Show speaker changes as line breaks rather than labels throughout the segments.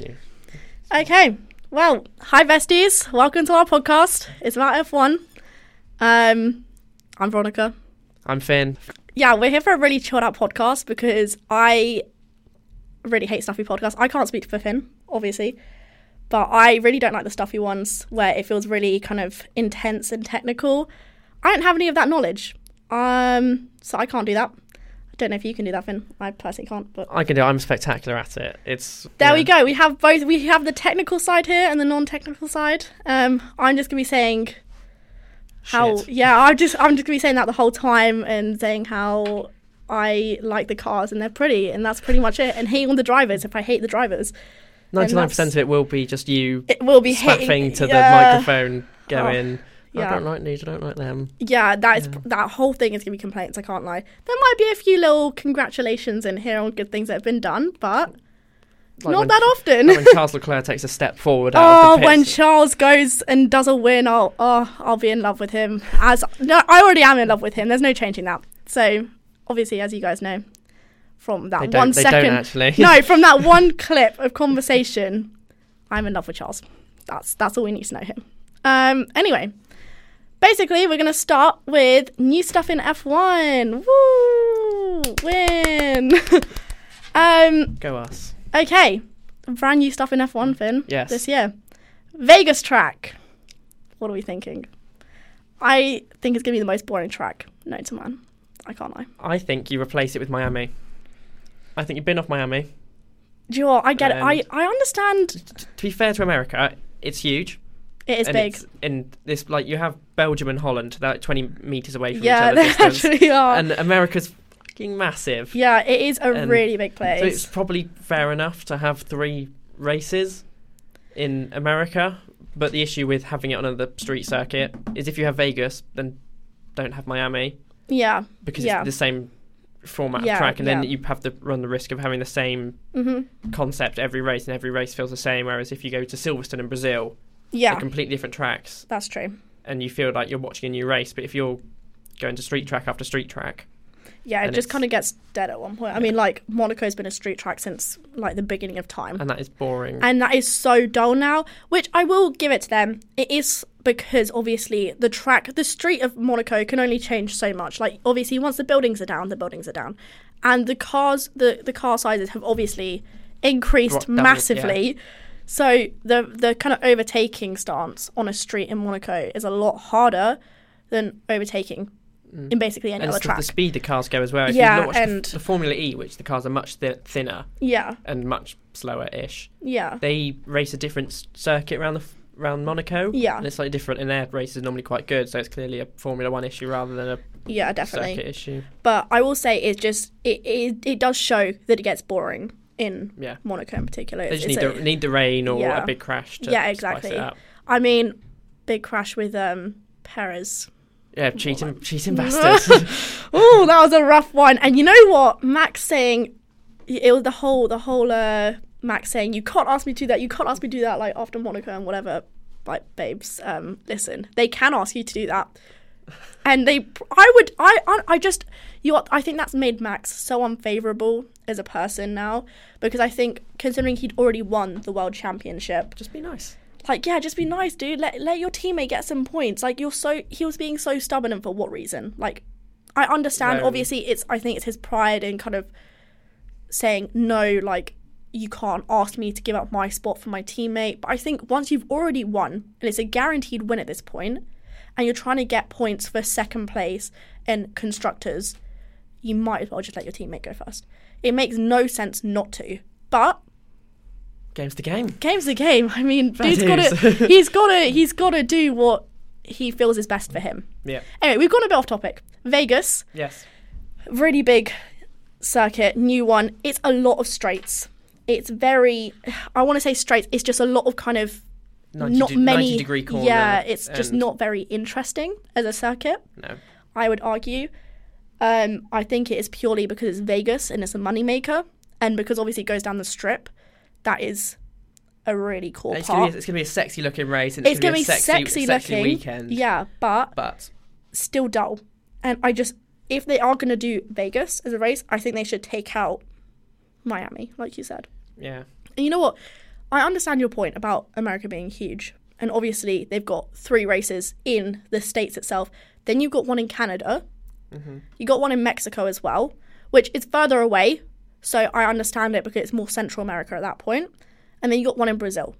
you.
Okay. Well, hi Vesties. Welcome to our podcast. It's about F1. Um, I'm Veronica.
I'm Finn.
Yeah, we're here for a really chilled out podcast because I really hate stuffy podcasts. I can't speak for Finn, obviously, but I really don't like the stuffy ones where it feels really kind of intense and technical. I don't have any of that knowledge, um, so I can't do that. I don't know if you can do that, Finn. I personally can't, but
I can do. It. I'm spectacular at it. It's
there we
yeah.
go. We have both. We have the technical side here and the non-technical side. Um, I'm just gonna be saying how.
Shit.
Yeah, I'm just I'm just gonna be saying that the whole time and saying how I like the cars and they're pretty and that's pretty much it. And hating the drivers if I hate the drivers,
99%
that's-
of it will be just you
it will be hating
spaffing to
yeah.
the microphone going. I
yeah.
don't like these. I don't like them.
Yeah, that is that whole thing is gonna be complaints. I can't lie. There might be a few little congratulations in here on good things that have been done, but
Like
not
when,
that often.
like when Charles Leclerc takes a step forward. Out of
Oh,
the pits.
when Charles goes and does a win, I'll oh, I'll be in love with him. As no, I already am in love with him. There's no changing that. So obviously, as you guys know, from that
they don't,
one
they
second,
don't actually.
no, from that one clip of conversation, I'm in love with Charles. That's that's all we need to know him. Um, anyway, basically, we're gonna start with new stuff in F1. Woo! Win. um,
Go us.
Okay, brand new stuff in F1, Finn.
Yes.
This year, Vegas track. What are we thinking? I think it's gonna be the most boring track known to man. I can't lie.
I think you replace it with Miami. I think you've been off Miami.
Do you know what? I get it.
And-
I I understand.
T- to be fair to America, it's huge.
It is
and
big.
It's, and this like you have Belgium and Holland. They're like 20 meters away from
Yeah,
each other.
they
distance.
actually are.
and America's fucking massive.
yeah, it is a
and-
really big
So it's
place.
probably fair enough to have three races in America, but the issue with having it on another street circuit is if you have Vegas, then don't have Miami
yeah.
because
Yeah.
it's the same format
Yeah,
of track, and then
yeah.
you have to run the risk of having the same
hmm
concept every race, and every race feels the same. Whereas if you go to Silverstone in Brazil,
Yeah.
they're completely different tracks,
that's true.
and you feel like you're watching a new race. But if you're going to street track after street track,
Yeah, it
and
just
it's-
kind of gets dead at one point. I mean, like Monaco's been a street track since like the beginning of time.
and that is boring.
and that is so dull now. Which I will give it to them. It is because obviously the track, the street of Monaco can only change so much. Like obviously, once the buildings are down, the buildings are down, and the cars, the the car sizes have obviously
Dro-
increased
doubled, yeah.
massively. So the the kind of overtaking stance on a street in Monaco is a lot harder than overtaking in basically any
Mm. and
other
it's the, the
track.
speed the cars go as well. If
Yeah,
you've not watched the-
and-
the Formula E, which the cars are much th- thinner
yeah,
and much slower-ish,
yeah,
they race a different s- circuit around the f- around Monaco.
Yeah.
and it's slightly different, and their race is normally quite good. So it's clearly a Formula One issue rather than a
yeah, definitely.
circuit issue.
But I will say it's just it it, it does show that it gets boring in
Yeah.
Monaco in particular.
They just
It's-
need
it's
the
a-
need the rain or
Yeah.
a big crash. To
Yeah,
spice
exactly.
it up.
I mean, big crash with um Perez.
Yeah, cheating, cheating bastards.
Oh, that was a rough one. And you know what, Max saying it was the whole the whole uh, Max saying you can't ask me to do that, you can't ask me to do that, like after Monaco and whatever. Like, babes, um, listen, they can ask you to do that. And they, I would, I, I, I just, you, know, what, I think that's made Max so unfavorable as a person now because I think considering he'd already won the world championship,
just be nice.
like yeah just be nice dude let, let your teammate get some points like you're so he was being so stubborn and for what reason like i understand
Right.
obviously it's i think it's his pride in kind of saying no like you can't ask me to give up my spot for my teammate but i think once you've already won and it's a guaranteed win at this point and you're trying to get points for second place and constructors you might as well just let your teammate go first it makes no sense not to but
Game's the game.
game's the game. I mean,
Fair
dude's got to
dues.
he's got to he's got to do what he feels is best for him.
Yeah.
Anyway, we've gone a bit off topic. Vegas,
Yes.
really big circuit, new one. It's a lot of straights. It's very I want to say straights. It's just a lot of kind of
90
not
de-
many
90 degree corner.
Yeah, it's just
and-
not very interesting as a circuit.
No.
I would argue. Um, I think it is purely because it's Vegas and it's a moneymaker, and because obviously it goes down the strip. That is a really cool
It's gonna,
part.
be, it's gonna be a sexy looking race, and
it's
it's,
gonna be
a sexy,
sexy,
sexy
looking.
weekend.
Yeah, but
but
still dull. And I just, if they are gonna do Vegas as a race, I think they should take out Miami, like you said.
yeah,
And you know what? I understand your point about America being huge. And obviously, they've got three races in the states itself. Then you've got one in Canada. You got one in Mexico as well, which is further away. So I understand it because it's more Central America at that point. And then you got one in Brazil.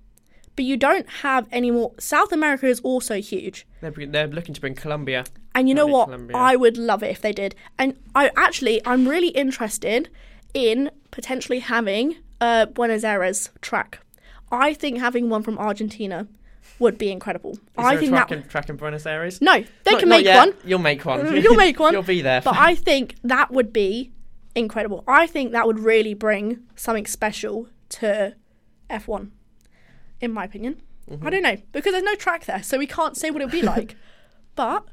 But you don't have any more. South America is also huge.
They're, bring- they're looking to bring Colombia.
And you know
Lovely
what?
Colombia.
I would love it if they did. And I actually, I'm really interested in potentially having a Buenos Aires track. I think having one from Argentina would be incredible.
Is
I
there a
think
track,
that.
in, track in Buenos Aires?
no, they
Not-
can
not
make
yet.
one,
You'll make one.
You'll make one.
You'll be there.
but I think that would be incredible. I think that would really bring something special to F1, in my opinion.
Mm-hmm.
I don't know because there's no track there, so we can't say what it would be like. but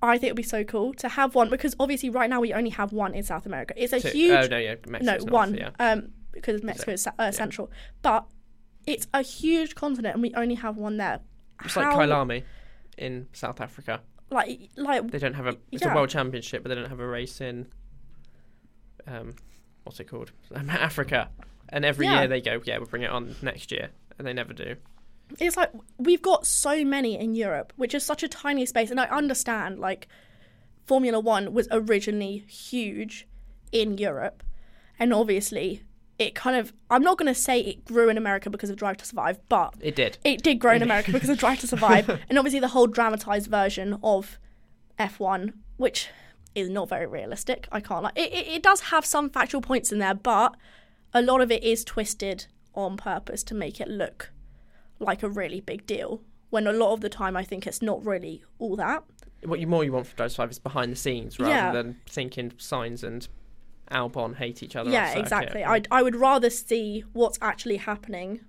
I think it would be so cool to have one because obviously right now we only have one in South America. It's a
Two-
huge
Oh no, yeah,
no
Mexico's north,
one
Yeah.
um, because Mexico is uh, central, but it's a huge continent and we only have one there.
It's
How-
like Kailami in South Africa.
like like
They don't have a. It's
Yeah.
a world championship, but they don't have a race in. Um, what's it called? Um, Africa. And every
Yeah.
year they go, yeah, we'll bring it on next year, and they never do.
it's like we've got so many in Europe, which is such a tiny space. And I understand, like, Formula One was originally huge in Europe. And obviously, it kind of, I'm not going to say it grew in America because of Drive to Survive, but
It did.
it did grow in America because of Drive to Survive. And obviously, the whole dramatized version of F1, which is not very realistic. I can't like it, it. It does have some factual points in there, but a lot of it is twisted on purpose to make it look like a really big deal. When a lot of the time, I think it's not really all that.
What you more you want for Drive to Survive is behind the scenes rather
Yeah.
than thinking signs and Albon hate each other.
yeah,
outside.
exactly. I I would rather see what's actually happening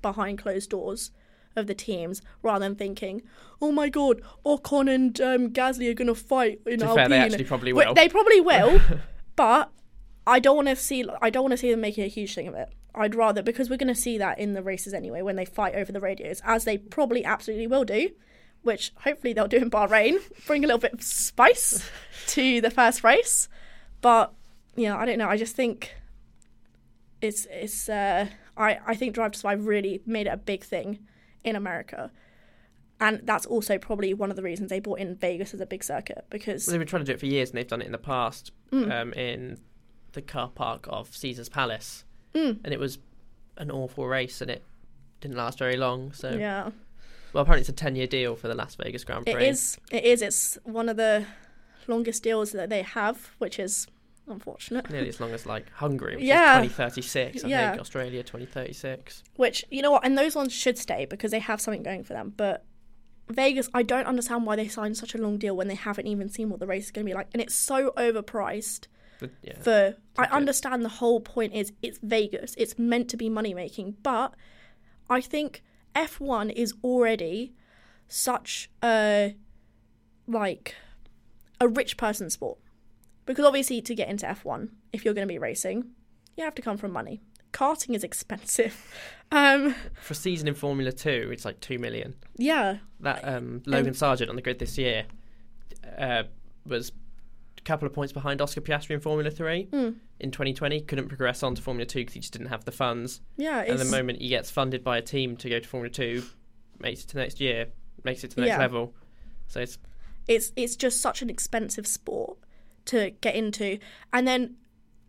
behind closed doors of the teams rather than thinking, oh my god, Ocon and um, Gasly are going to fight in
To be
Alpine.
fair, they actually probably
Wh-
will.
They probably will, but I don't want to see. I don't want to see them making a huge thing of it. I'd rather because we're going to see that in the races anyway when they fight over the radios, as they probably absolutely will do. Which hopefully they'll do in Bahrain, bring a little bit of spice to the first race. But yeah, I don't know. I just think it's it's. Uh, I I think Drive to Survive really made it a big thing in America. And that's also probably one of the reasons they brought in Vegas as a big circuit because
Well, they've been trying to do it for years, and they've done it in the past
Mm.
um, in the car park of Caesar's Palace,
Mm.
and it was an awful race, and it didn't last very long. So,
yeah,
well, apparently it's a ten-year deal for the Las Vegas Grand Prix.
it is. It is. It's one of the longest deals that they have, which is unfortunate.
nearly as long as like Hungary, which
Yeah.
is 2036. I
Yeah.
think Australia 2036.
Which you know what, and those ones should stay because they have something going for them. But Vegas, I don't understand why they signed such a long deal when they haven't even seen what the race is going to be like, and it's so overpriced.
But, yeah,
for I
Okay.
understand the whole point is it's Vegas. It's meant to be money making, but I think F1 is already such a like a rich person sport. Because obviously to get into F1, if you're going to be racing, you have to come from money. Karting is expensive. Um
for a season in Formula Two, it's like two million.
yeah,
That um, Logan Sargent on the grid this year uh, was a couple of points behind Oscar Piastri in Formula Three
Hmm.
in 2020. Couldn't progress on to Formula Two because he just didn't have the funds.
yeah,
And
it's
the moment he gets funded by a team to go to Formula Two, makes it to next year, makes it to the next
Yeah.
level. So it's
it's it's just such an expensive sport to get into and then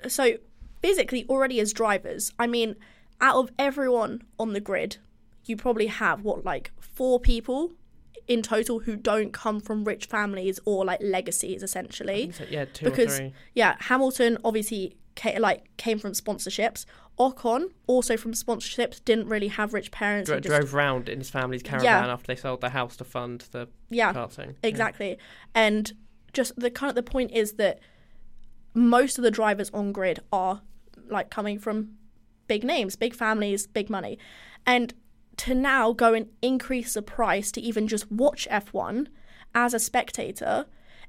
so physically already as drivers i mean out of everyone on the grid you probably have what like four people in total who don't come from rich families or like legacies essentially
so, yeah, two or
because
three.
yeah, Hamilton obviously ca like came from sponsorships. Ocon also from sponsorships didn't really have rich parents.
Dro-
he just-
drove round in his family's caravan after they sold their house to fund the
yeah,
karting.
exactly and just the kind of the point is that most of the drivers on grid are like coming from big names big families big money and to now go and increase the price to even just watch f1 as a spectator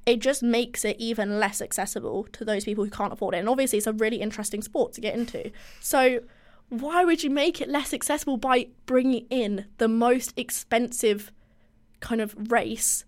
it just makes it even less accessible to those people who can't afford it and obviously it's a really interesting sport to get into so why would you make it less accessible by bringing in the most expensive kind of race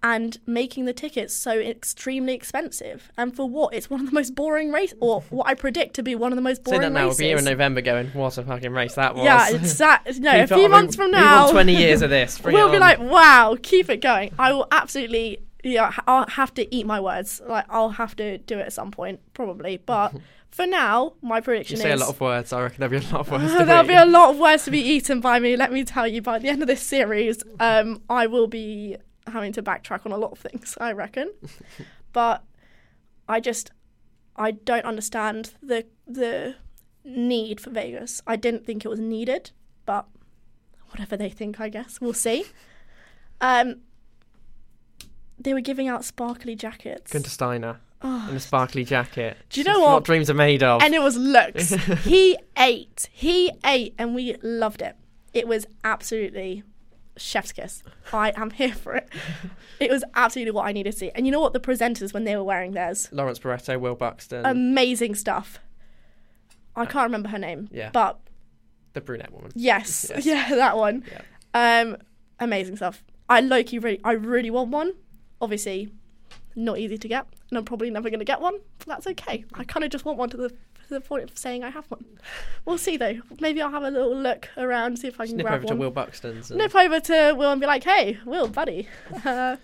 and making the tickets so extremely expensive. And for what? It's one of the most boring races, or what I predict to be one of the most
Say
boring
that now.
races.
We'll be here in November going, what a fucking race that was.
yeah, exactly. No,
We
a
thought,
few
I mean,
months from
we
now,
want 20 years of this. Bring it
we'll be
on.
like, wow, keep it going. I will absolutely, yeah, ha- I'll have to eat my words. Like, I'll have to do it at some point, probably. But for now, my
you
prediction
say a
is
lot of words. I reckon there'll be a lot of words. to
Ah, there'll be
read.
a lot of words to be eaten by me. Let me tell you, by the end of this series, um, I will be having to backtrack on a lot of things. I reckon, but I just I don't understand the the need for Vegas. I didn't think it was needed, but whatever they think, I guess we'll see. Um, they were giving out sparkly jackets.
Gunter Steiner
Oh,
in a sparkly jacket.
Do you
It's
know
what
what?
dreams are made of?
and it was looks. he ate. He ate, and we loved it. It was absolutely chef's kiss. I am here for it. It was absolutely what I needed to see. And you know what? The presenters, when they were wearing theirs,
Lawrence Barretto, Will Buxton,
Um, amazing stuff. I can't remember her name,
Yeah.
but
the brunette woman.
yes,
Yes.
yeah, that one.
Yeah.
Um, amazing stuff. I like you. Really, I really want one. Obviously, not easy to get, and I'm probably never going to get one. But that's okay. I kind of just want one to the to the point of saying I have one. We'll see though. Maybe I'll have a little look around, see if I can
Snip
grab
over to
one.
Will Buxton's. and-
Nip over to Will and be like, "Hey, Will, buddy, uh,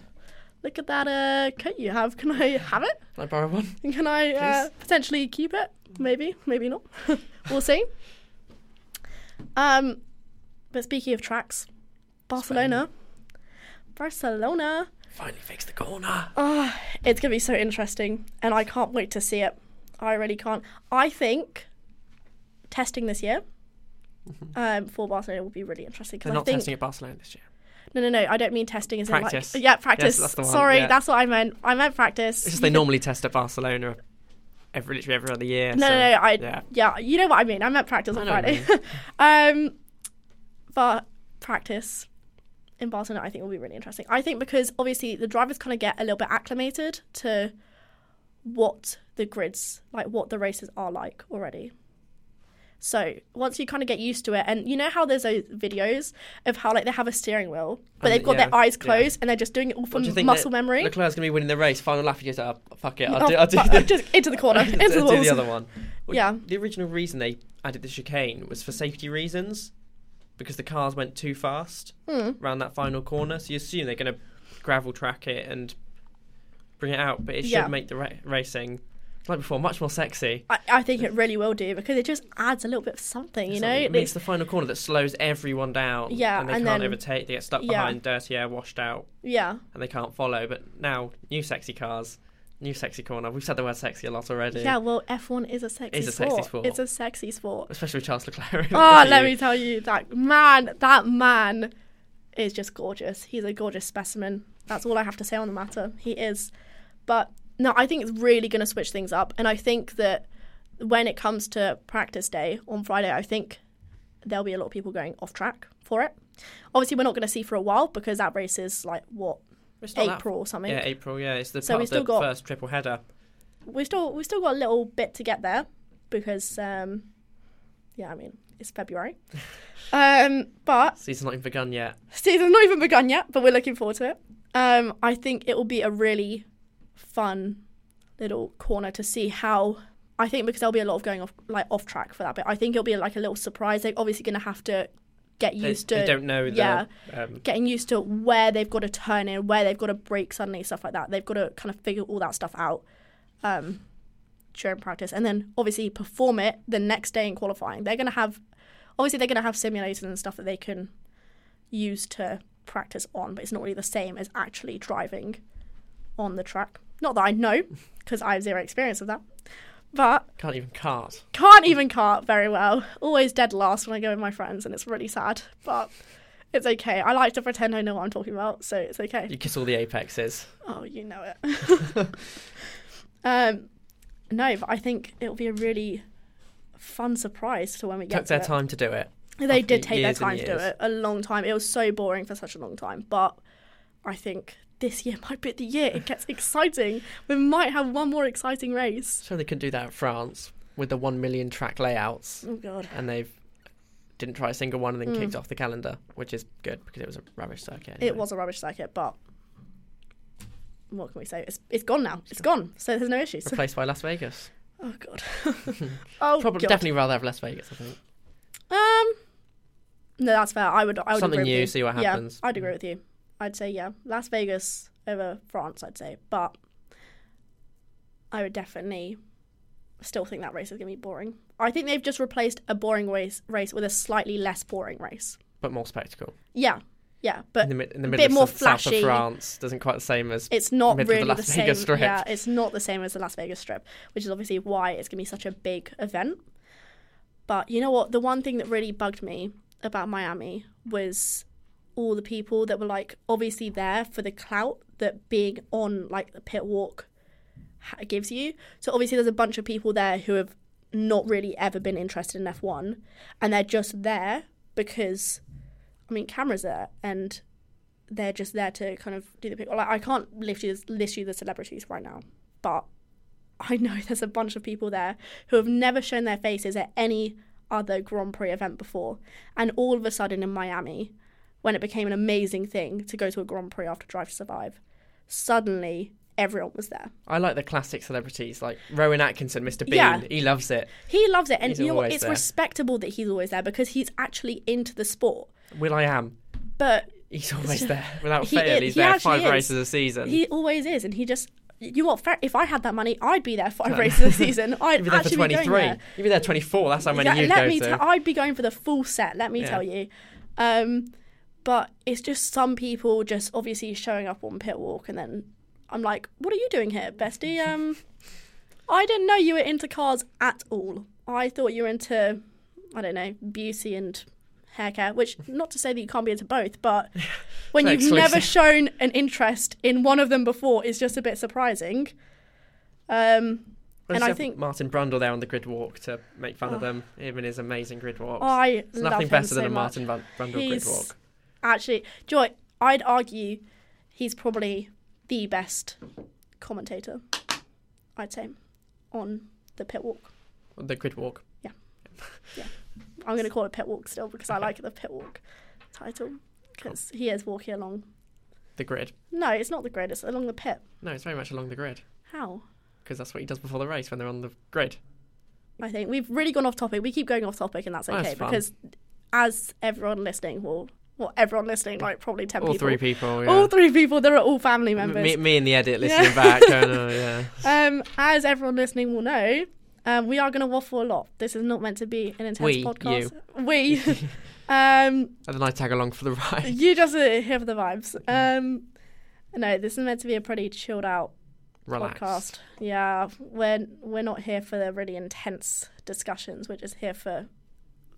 look at that uh, coat you have. Can I have it?
Can I borrow one?
Can I uh,
Please?
potentially keep it? Maybe, maybe not. we'll see. Um, but speaking of tracks, Barcelona, Barcelona,
Finally fix the corner.
Ah, it's gonna be so interesting, and I can't wait to see it. I really can't. I think testing this year um, for Barcelona will be really interesting
Mm-hmm. They're
because I
not
think
testing at Barcelona this year.
no, no, no. I don't mean testing. As
Practice.
In like, yeah, practice.
that's the one,
Sorry,
yeah.
that's what I meant. I meant practice.
It's just
You
they
could-
normally test at Barcelona every literally every other year.
No,
so,
no, no. I yeah.
yeah.
you know what I mean. I meant practice
I
on
know what
Friday.
you
um, but practice in Barcelona, I think, will be really interesting. I think because obviously the drivers kind of get a little bit acclimated to what the grids, like what the races are like already. So once you kind of get used to it, and you know how there's those videos of how like they have a steering wheel, but
And
they've got
yeah,
their eyes
yeah.
closed and they're just doing it all
What
from
do you think
muscle
that
memory.
Leclerc's gonna be winning the race. Final lap, he goes, "Ah, fuck it, I'll
Oh,
do, I'll do,
but-
the,
just into the corner, into
I'll
the
do
walls.
the other one." Well,
Yeah.
The original reason they added the chicane was for safety reasons, because the cars went too fast
Mm.
round that final corner. So you assume they're gonna gravel track it and bring it out, but it
Yeah.
should make the ra- racing like before much more sexy.
I, I think it really will do because it just adds a little bit of something, you
So
know.
it
It's-
makes the final corner that slows everyone down.
Yeah,
and they
and
can't
then-
overtake. They get stuck
yeah.
behind dirty air, washed out.
yeah,
and they can't follow. But now, new sexy cars, new sexy corner. We've said the word sexy a lot already.
yeah. Well, F one is a sexy
Is a
sport.
sexy sport.
It's a sexy sport.
Especially with Charles Leclerc.
oh, let me tell you, that man, that man is just gorgeous. He's a gorgeous specimen. That's all I have to say on the matter. He is. But no, I think it's really going to switch things up. And I think that when it comes to practice day on Friday, I think there'll be a lot of people going off track for it. Obviously, we're not going to see for a while because that race is like, what,
It's not that-
April or something?
Yeah, April. Yeah, it's the
So
part
we
of
still
the
got-
first triple header.
we've still we've still got a little bit to get there because um yeah i mean it's february um but
Season's not even begun yet.
season's not even begun yet but we're looking forward to it um i think it will be a really fun little corner to see how i think because there'll be a lot of going off like off track for that bit i think it'll be like a little surprise they're obviously going to have to get
They,
used
they
to
don't know the.
yeah.
Um,
getting used to where they've got to turn in, where they've got to break suddenly, stuff like that. They've got to kind of figure all that stuff out um, during practice, and then obviously perform it the next day in qualifying. They're going to have, obviously, they're going to have simulators and stuff that they can use to practice on, but it's not really the same as actually driving on the track. Not that I know, because I have zero experience of that, but
can't even cart.
can't even cart very well. Always dead last when I go with my friends, and it's really sad. But it's okay. I like to pretend I know what I'm talking about, so it's okay.
You kiss all the apexes.
Oh, you know it. um, no, but I think it'll be a really fun surprise to when we get
Took
to
their
it.
time to do it.
They
after
did take their
years and
time to do
years.
it. A long time. It was so boring for such a long time, but I think. This year might be the year it gets exciting. We might have one more exciting race.
So they couldn't do that in France with the one million track layouts,
Oh god!
and they've didn't try a single one and then
Mm.
kicked off the calendar, which is good because it was a rubbish circuit.
It
anyway.
was a rubbish circuit, but what can we say? It's it's gone now. It's gone. So there's no issues.
replaced by Las Vegas.
Oh god. oh
Probably
god.
definitely rather have Las Vegas. I think
Um, no, that's fair. I would. I would
something
agree
new.
With you.
See what happens. Mm.
Yeah, I'd agree with you. I'd say yeah, Las Vegas over France. I'd say, but I would definitely still think that race is gonna be boring. I think they've just replaced a boring race race with a slightly less boring race.
but more spectacle.
Yeah, yeah, but
in the, mid- in the
a
middle
bit
of
more
s- south of
flashy.
France doesn't quite the same as
it's not
middle of the
really the,
Las
same.
Vegas Strip.
Yeah, it's not the same as the Las Vegas Strip, which is obviously why it's gonna be such a big event. But you know what? The one thing that really bugged me about Miami was all the people that were like obviously there for the clout that being on like the pit walk ha- gives you. So obviously there's a bunch of people there who have not really ever been interested in F1 and they're just there because I mean cameras there and they're just there to kind of do the pit. Like I can't list you, list you the celebrities right now, but I know there's a bunch of people there who have never shown their faces at any other Grand Prix event before. And all of a sudden in Miami, when it became an amazing thing to go to a Grand Prix after Drive to Survive, suddenly everyone was there.
I like the classic celebrities like Rowan Atkinson, Mr. Bean.
Yeah.
He loves it.
He loves it. And
He's
you know what?
always
It's
there.
respectable that he's always there because he's actually into the sport.
Will I am.
But
He's always there without
He
fail.
is-
he's
he
there
actually
five
is.
races a season.
He always is, and he just. You what? Fair, if I had that money, I'd be there five races a season. I'd
You'd be there for
actually be
twenty
going
three.
there.
You'd be there twenty four. That's how many
Yeah,
you
let
go
me. oh,
to.
tell- I'd be going for the full set. Let me
Yeah.
tell you. Um, but it's just some people just obviously showing up on pit walk, and then I'm like, "What are you doing here, bestie? Um, I didn't know you were into cars at all. I thought you were into, I don't know, beauty and hair care. Which, not to say that you can't be into both, but when
So
you've never
exclusive.
shown an interest in one of them before, is just a bit surprising. Um,
Let's
and I
have
think-
Martin Brundle there on the grid walk to make fun of them. Him and his amazing grid walks.
I
There's
Oh, love
nothing
him
better
so
than a
much.
Martin Brun- Brundle grid
He's-
walk.
actually, Joy, I'd argue he's probably the best commentator, I'd say, on the pit walk.
The grid walk.
I'm going to call it pit walk still because I like the pit walk title because he is walking along.
The grid.
No, it's not the grid, it's along the pit.
No, it's very much along the grid
How?
because that's what he does before the race when they're on the grid.
I think we've really gone off topic. We keep going off topic, and that's
That's
okay
fun.
because as everyone listening will, well, everyone listening, like probably 10
All
people.
three people. Yeah.
All three people, they're all family members.
Me, me and the edit
Yeah.
listening back. Going, oh, yeah.
Um, as everyone listening will know, um, we are going to waffle a lot. This is not meant to be an intense
We,
podcast. We, um,
And then I tag along for the ride.
you just uh, hear the vibes.
Mm-hmm.
Um, no, this is meant to be a pretty chilled out
Relax.
podcast. Yeah, we're we're not here for the really intense discussions. We're just here for.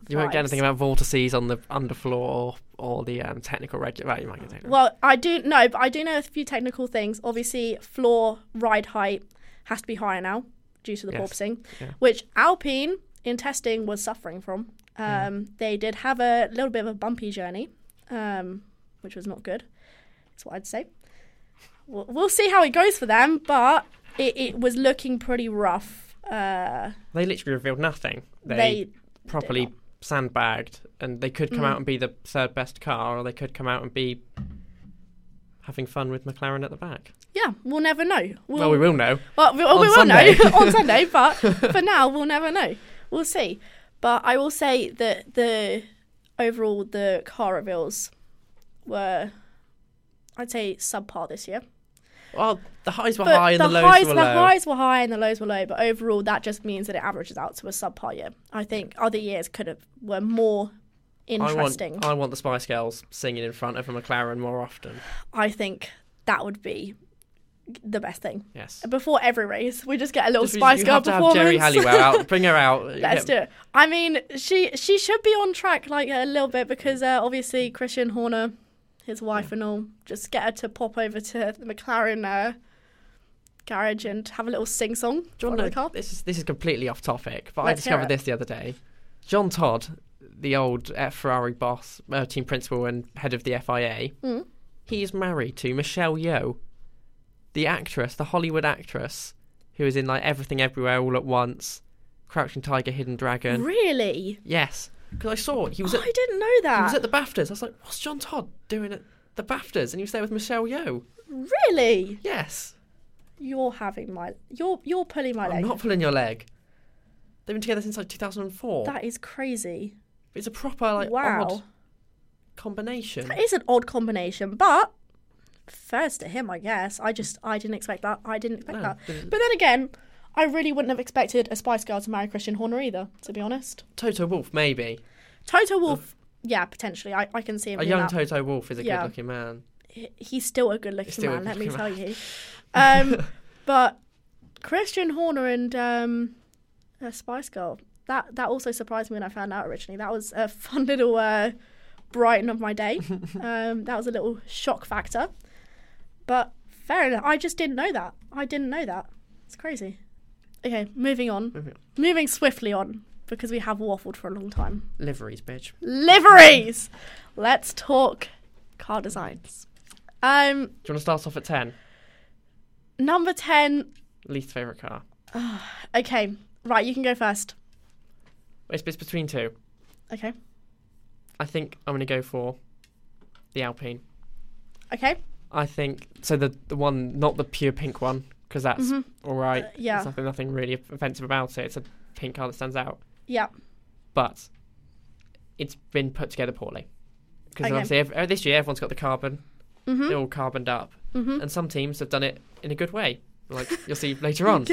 You won't get
vibes.
anything about vortices on the underfloor or, or the um, technical regular. Well, you might get technical.
Well, I do no, but I do know a few technical things. Obviously, floor ride height has to be higher now due to the
Yes.
porpoising,
Yeah.
which Alpine in testing was suffering from. Um, They did have a little bit of a bumpy journey, um, which was not good. That's what I'd say. We'll, we'll see how it goes for them, but it, it was looking pretty rough. Uh,
they literally revealed nothing. They,
they Mm.
properly sandbagged, and they could come out and be the third best car, or they could come out and be having fun with McLaren at the back.
yeah, we'll never know. We'll,
well, we will know.
Well, we,
On
we will
Sunday.
know on Sunday, but for now, we'll never know. We'll see. But I will say that the overall the car reveals were, I'd say, subpar this year.
Well, the highs were
But
high and the, lows
highs,
were
the
low.
highs were high and the lows were low. But overall, that just means that it averages out to a subpar year. I think other years could have were more
I want,
interesting.
I want the Spice Girls singing in front of a McLaren more often.
I think that would be the best thing.
Yes.
Before every race, we just get a little
Just-
Spice
you
Girl
have to have
performance.
Jerry Halliwell out. Bring her out.
Let's
Get-
do it. I mean, she she should be on track like a little bit because uh, obviously Christian Horner, his wife and all, just get her to pop over to the McLaren uh, garage and have a little sing song.
John,
the car.
this is this is completely off topic, but
Let's
I
hear
discovered
it.
this the other day. John Todd, the old uh, Ferrari boss, uh, team principal, and head of the FIA,
Mm.
he is married to Michelle Yeoh, the actress, the Hollywood actress, who is in like Everything Everywhere All at Once, Crouching Tiger, Hidden Dragon.
Really?
Yes, because I saw it. he was at
I didn't know
he was
that.
at the Baftas. I was like, what's John Todd doing at the BAFTAs, and he was there with Michelle Yeoh.
Really?
Yes,
You're having my you're you're pulling my
I'm
leg.
not pulling your leg. They've been together since like 2004.
That is crazy.
it's a proper like
wow.
odd combination.
That is an odd combination, but first to him, I guess. I just I didn't expect that. I didn't expect
No,
that.
didn't.
But then again, I really wouldn't have expected a Spice Girl to marry Christian Horner either, to be honest.
Toto Wolf, maybe
Toto Wolf, yeah, potentially. I, I can see him.
a
doing
young
that.
Toto Wolf is a
Yeah.
good-looking man.
He- He's still a good
He's
looking
still a
man, let me tell
good-looking
you. Um, but Christian Horner and um, a Spice Girl. That that also surprised me when I found out originally. That was a fun little uh, brighten of my day. um, that was a little shock factor. But fair enough. I just didn't know that. I didn't know that. It's crazy. Okay, moving on.
Moving on.
Moving swiftly on because we have waffled for a long time.
Liveries, bitch.
liveries. Let's talk car designs.
Do
Um,
you want to start off at ten?
number ten.
Least favorite car.
Okay, right, you can go first.
It's, it's between two.
Okay,
I think I'm going to go for the Alpine.
okay,
I think so. The the one, not the pure pink one, because that's
Mhm.
all right.
Uh, yeah.
There's nothing, nothing really offensive about it. It's a pink car that stands out,
yeah,
but it's been put together poorly. Because
Okay.
obviously, ev- uh, this year everyone's got the carbon.
Mhm.
They're all carboned up,
Mhm.
and some teams have done it in a good way. Like you'll see later on.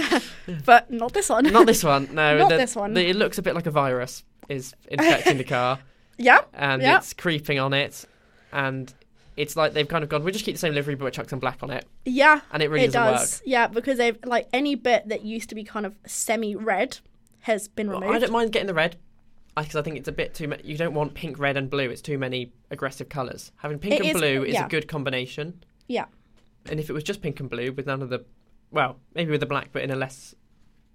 but not this one.
Not this one. No.
Not
the-
this one.
the- it looks a bit like a virus is infecting the car.
yeah,
and
Yeah.
it's creeping on it, and it's like they've kind of gone, we just keep the same livery, but we chuck some black on it,
yeah.
and it really
it
doesn't
does. Yeah, because they've like any bit that used to be kind of semi-red has been
work.
removed.
I don't mind getting the red because I think it's a bit too. Ma- you don't want pink, red, and blue. It's too many aggressive colours. Having pink
It
and
is-
blue is
yeah.
a good combination,
yeah,
and if it was just pink and blue with none of the, well, maybe with the black, but in a less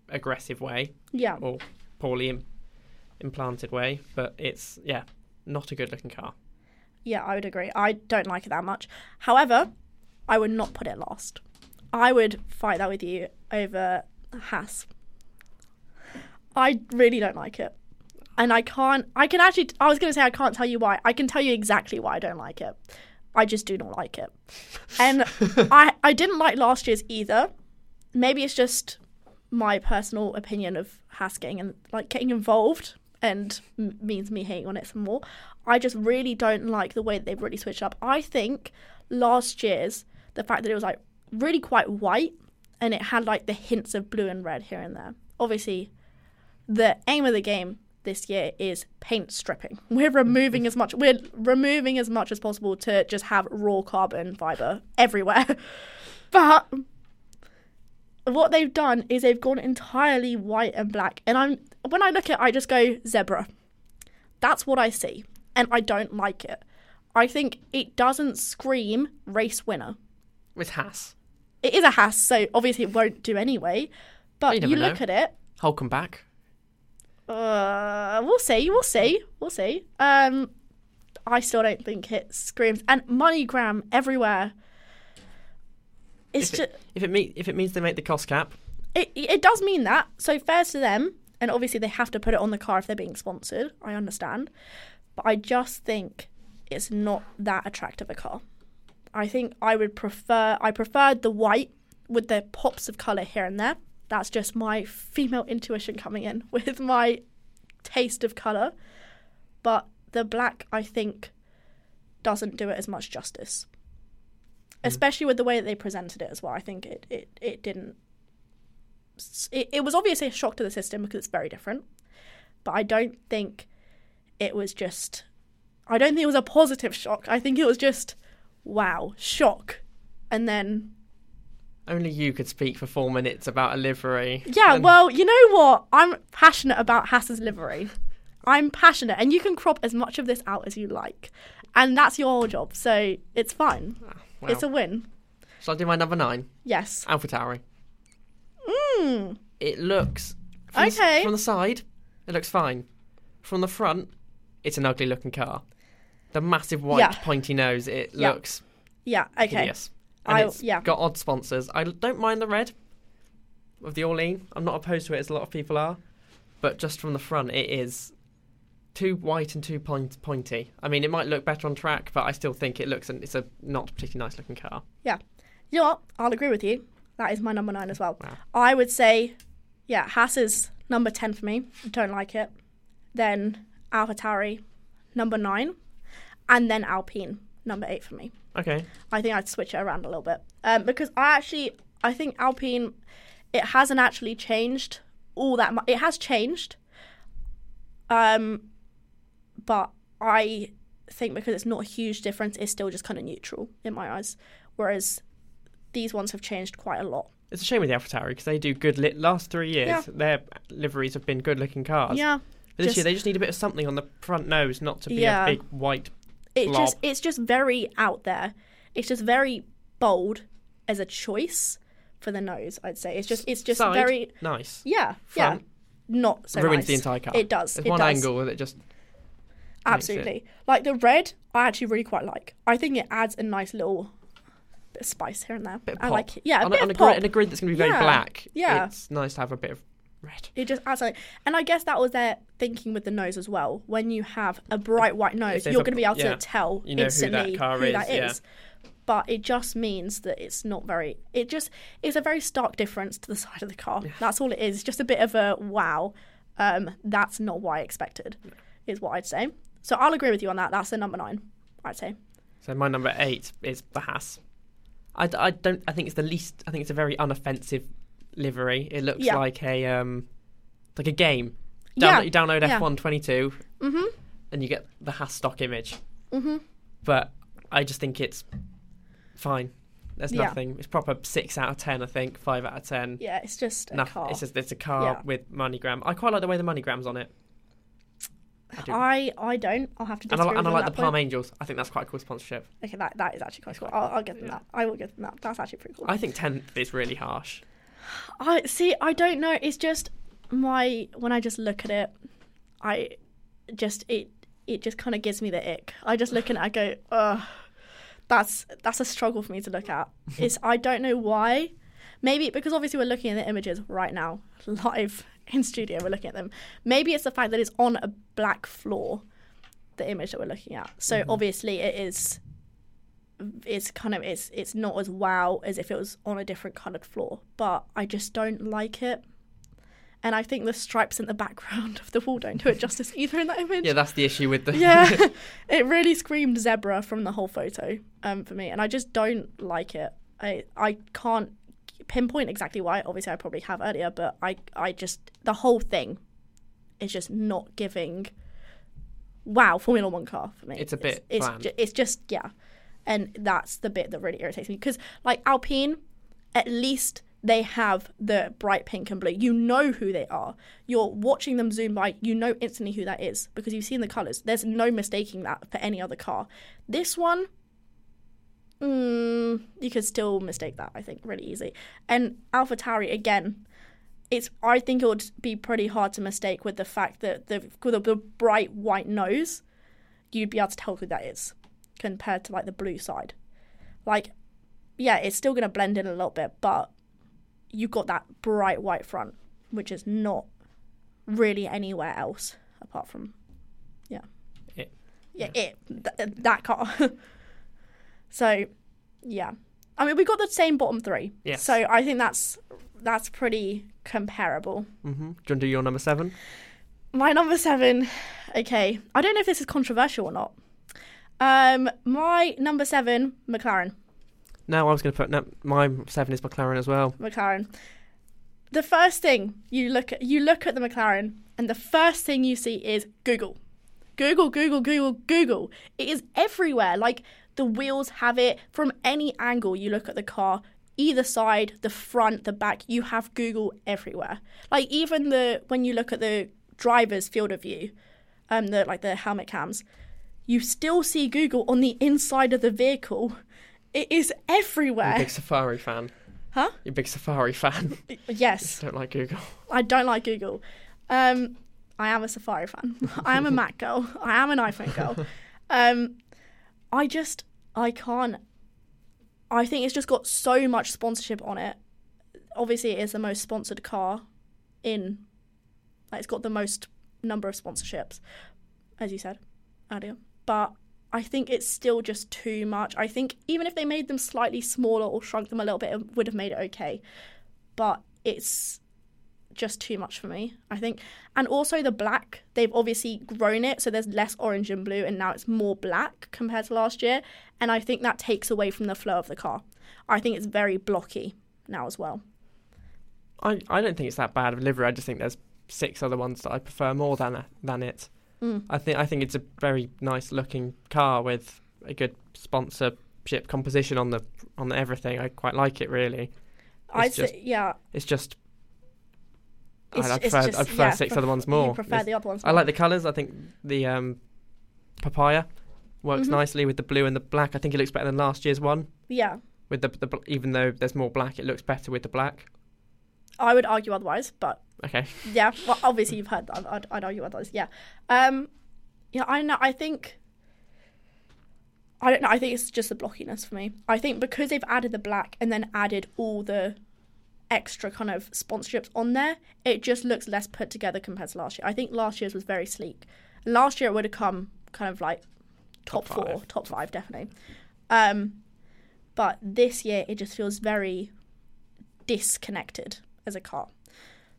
aggressive way
yeah.
or poorly Im- implanted way. But it's yeah, not a good looking car.
Yeah, I would agree. I don't like it that much. However, I would not put it last. I would fight that with you over Haas. I really don't like it. And I can't, I can actually, I was going to say I can't tell you why. I can tell you exactly why I don't like it. I just do not like it. And I, I didn't like last year's either. Maybe it's just my personal opinion of Haas getting and like getting involved and m- means me hating on it some more. I just really don't like the way that they've really switched up. I think last year's the fact that it was like really quite white and it had like the hints of blue and red here and there. Obviously, the aim of the game this year is paint stripping. We're removing as much we're removing as much as possible to just have raw carbon fiber everywhere. but what they've done is they've gone entirely white and black. And I'm when I look at it, I just go zebra. That's what I see, and I don't like it. I think it doesn't scream race winner.
With Haas,
It is a Haas, so obviously it won't do anyway.
You
But
never
you, look
know.
at it,
Holcomb back.
uh, we'll see, we'll see, we'll see. Um, I still don't think it screams. And MoneyGram everywhere. It's
If
just
it, if it, me- if it means they make the cost cap,
it, it does mean that. So fair to them, and obviously they have to put it on the car if they're being sponsored. I understand, but I just think it's not that attractive a car. I think I would prefer I preferred the white with the pops of color here and there. That's just my female intuition coming in with my taste of color. But the black I think doesn't do it as much justice. Especially with the way that they presented it as well. I think it, it, it didn't s- it, it was obviously a shock to the system because it's very different. But I don't think it was just. I don't think it was a positive shock. I think it was just, wow, shock. And then,
Only you could speak for four minutes about a livery.
yeah,
And
well, you know what? I'm passionate about Hass's livery. I'm passionate, and you can crop as much of this out as you like. And that's your job, so it's fine.
wow.
It's a win.
Shall I do my number nine?
Yes.
Alpha Tauri.
Mm.
It looks from the s-
Okay.
from the side, it looks fine. From the front, it's an ugly looking car. The massive white
Yeah.
pointy nose, it
Yeah.
looks
Yeah, okay.
hideous. And
I-
it's
yeah.
got odd sponsors. I don't mind the red of the Orlean. I'm not opposed to it as a lot of people are. But just from the front, it is too white and too point, pointy. I mean, it might look better on track, but I still think it looks and it's a not particularly nice looking car.
You know what? I'll agree with you. That is my number nine as well.
Wow.
I would say, yeah, Haas is number 10 for me. Don't like it. Then AlphaTauri, number nine. And then Alpine, number eight for me.
Okay,
I think I'd switch it around a little bit. Um, because I actually, I think Alpine, it hasn't actually changed all that much. It has changed. Um, but I think because it's not a huge difference, it's still just kind of neutral in my eyes. Whereas these ones have changed quite a lot.
it's a shame with the AlphaTauri because they do good. Li- last three years,
Yeah.
their liveries have been good looking cars.
Yeah.
But this
just-
year they just need a bit of something on the front nose, not to be
Yeah.
a big white.
it
blob.
just it's just very out there. It's just very bold as a choice for the nose. I'd say it's just it's just
Side,
very
nice.
yeah
Front.
yeah not so
Ruins
nice.
the entire car.
It does.
There's
it
one
does.
angle that just
Absolutely. Like the red, I actually really quite like. I think it adds a nice little bit of spice here and there.
Bit of
I
pop.
like it. Yeah, a
on,
bit
a,
of
on a
pop.
grid, in a grid that's going to be very
Yeah.
black.
Yeah.
it's nice to have a bit of red.
It just adds something. And I guess that was their thinking with the nose as well. When you have a bright white nose,
there's
you're
a-
going to be able
yeah.
to tell
You know who that
instantly
car
who that
is, yeah.
is. But it just means that it's not very. It just it's a very stark difference to the side of the car. That's all it is. It's just a bit of a wow. Um, that's not what I expected, is what I'd say. So I'll agree with you on that. That's the number nine, I'd say.
So my number eight is the Haas. I, d- I don't. I think it's the least. I think it's a very unoffensive livery. It looks
Yeah.
like a um, like a game.
Yeah.
Down, You download
Yeah.
F1 22
Mm-hmm.
and you get the Haas stock image.
Mm-hmm.
But I just think it's fine. There's
Yeah.
nothing. It's proper six out of ten. I think five out of ten.
Yeah, it's just a
Noth-
car.
It's just it's a car
Yeah.
with MoneyGram. I quite like the way the MoneyGram's on it. I do.
I I don't. I'll have to
and I,
disagree.
li- and I
with
like the
that
Palm
point.
Angels. I think that's quite a cool sponsorship.
Okay, that, that is actually quite cool. I'll, I'll give them that. I will give them that. That's actually pretty cool.
I think tenth is really harsh.
I see. I don't know. It's just my when I just look at it, I just it it just kind of gives me the ick. I just look at it. I go, ugh. That's that's a struggle for me to look at. It's I don't know why. Maybe because obviously we're looking at the images right now, live in studio. We're looking at them. Maybe it's the fact that it's on a black floor, the image that we're looking at. So obviously it is. It's kind of it's it's not as wow as if it was on a different coloured floor. But I just don't like it, and I think the stripes in the background of the wall don't do it justice either in that image.
Yeah, that's the issue with the.
Yeah, it really screamed zebra from the whole photo um, for me, and I just don't like it. I I can't pinpoint exactly why. Obviously, I probably have earlier, but I I just the whole thing is just not giving. Wow, Formula One car for me.
It's a bit
It's,
bland.
it's, ju- it's just yeah, and that's the bit that really irritates me because like Alpine, at least they have the bright pink and blue. You know who they are. You're watching them zoom by, you know instantly who that is because you've seen the colours. There's no mistaking that for any other car. This one, mm, you could still mistake that, I think, really easy. And AlphaTauri, again, it's I think it would be pretty hard to mistake with the fact that the, with the, the bright white nose, you'd be able to tell who that is compared to like the blue side. Like yeah, it's still going to blend in a little bit, but you've got that bright white front, which is not really anywhere else apart from, yeah.
It.
Yeah, it. Th- that car. so, yeah. I mean, we got the same bottom three.
Yes.
So I think that's that's pretty comparable.
hmm Do you want to do your number seven?
My number seven. Okay, I don't know if this is controversial or not. Um, my number seven, McLaren.
No, I was going to put no, my seven is McLaren as well.
McLaren. The first thing you look at you look at the McLaren and the first thing you see is Google. Google, Google, Google, Google. It is everywhere. Like the wheels have it from any angle you look at the car, either side, the front, the back, you have Google everywhere. Like even the when you look at the driver's field of view, um the like the helmet cams, you still see Google on the inside of the vehicle. It is
You're a
everywhere.
big Safari fan.
Uh, Huh?
You're a big Safari fan.
Yes.
Don't like Google.
I don't like Google. Um, I am a Safari fan. I am a Mac girl. I am an iPhone girl. Um, I just I can't. I think it's just got so much sponsorship on it. Obviously, it is the most sponsored car in. Like, it's got the most number of sponsorships, as you said, earlier. But I think it's still just too much. I think even if they made them slightly smaller or shrunk them a little bit, it would have made it okay. But it's just too much for me, I think. And also the black, they've obviously grown it, so there's less orange and blue, and now it's more black compared to last year. And I think that takes away from the flow of the car. I think it's very blocky now as well.
I, I don't think it's that bad of a livery. I just think there's six other ones that I prefer more than than it.
Mm.
I think I think it's a very nice looking car with a good sponsorship composition on the on everything. I quite like it really.
I
just-
say, yeah,
It's just I-
It's-
I,
it's
prefer
just-
I prefer
yeah,
six
pref-
other ones
you
more.
prefer
It's-
the other ones.
I like the colours. I think the um, papaya works
Mhm.
nicely with the blue and the black. I think it looks better than last year's one.
yeah.
With the, the bl- even though there's more black, it looks better with the black.
I would argue otherwise, but
Okay,
yeah, well, obviously you've heard that. I'd, I'd argue otherwise. Yeah, um, yeah, I know. I think I don't know. I think it's just the blockiness for me. I think because they've added the black and then added all the extra kind of sponsorships on there, it just looks less put together compared to last year. I think last year's was very sleek. Last year it would have come kind of like top,
Top
four,
five.
top five definitely. Um, but this year it just feels very disconnected as a car.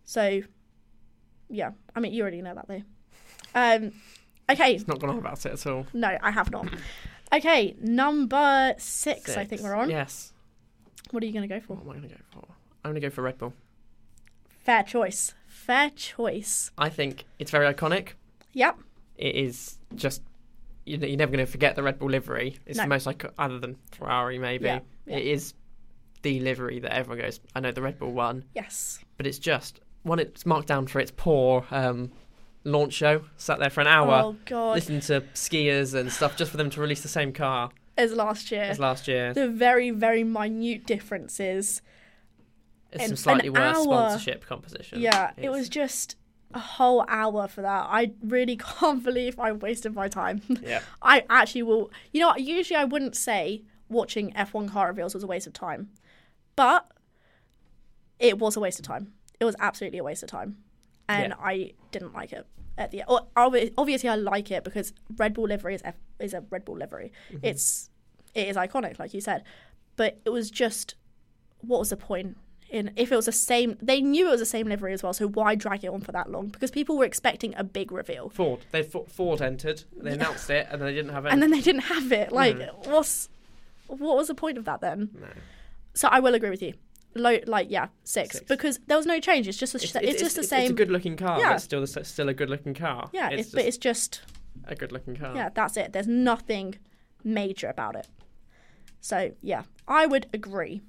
So, yeah, I mean, you already know that though. Um, okay,
it's not gone on about it at all.
no, I have not. Okay, number six, I think we're on.
Yes.
What are you going to go for?
What am I going to go for? I'm going to go for Red Bull.
Fair choice. Fair choice.
I think it's very iconic.
Yep.
It is just you know, you're never going to forget the Red Bull livery. It's
No.
the most like other than Ferrari maybe.
Yeah, yeah.
It is the livery that everyone goes. I know the Red Bull one,
Yes.
but it's just one. It's marked down for its poor um, launch show. Sat there for an hour.
Oh god,
listening to skiers and stuff just for them to release the same car
as last year.
as last year.
the very, very minute differences.
It's
an-
some slightly
an
worse
hour.
sponsorship composition.
Yeah, it
It's-
was just a whole hour for that. I really can't believe I wasted my time.
Yeah.
I actually will. You know, what, usually I wouldn't say watching F1 car reveals was a waste of time, but it was a waste of time. It was absolutely a waste of time, and
Yeah.
I didn't like it at the. Or, obvi- obviously, I like it because Red Bull livery is F, is a Red Bull livery. It's it is iconic, like you said, but it was just what was the point? In if it was the same, they knew it was the same livery as well. So why drag it on for that long? Because people were expecting a big reveal.
Ford. They Ford entered. They announced it, and then they didn't have it.
and then they didn't have it. Like,
No.
what's what was the point of that then?
no.
So I will agree with you. Low, like, yeah, six,
Six.
because there was no change. It's just a, it's, just the same.
It's a good looking car.
Yeah.
But it's still it's still a good looking car.
yeah,
it's
it's, but it's just Oh.
just a good looking car.
yeah, that's it. There's nothing major about it. So yeah, I would agree.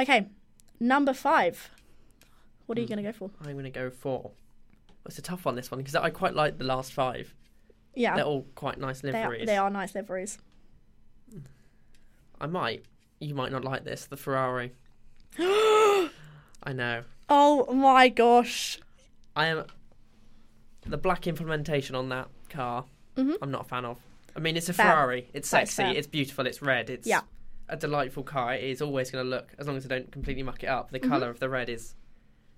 Okay, number five. What are you gonna go for?
I'm gonna go for. It's a tough one this one because I quite like the last five.
Yeah,
They're all quite nice
they are,
liveries.
they are nice liveries.
I might. You might not like this. The Ferrari. I know.
Oh my gosh.
I am. The black implementation on that car.
Mhm.
I'm not a fan of. I mean, it's a
Fair.
Ferrari. It's
That is
sexy.
fair.
It's beautiful. It's red. It's
Yeah.
a delightful car. It is always going to look, as long as they don't completely muck it up, the colour of the red is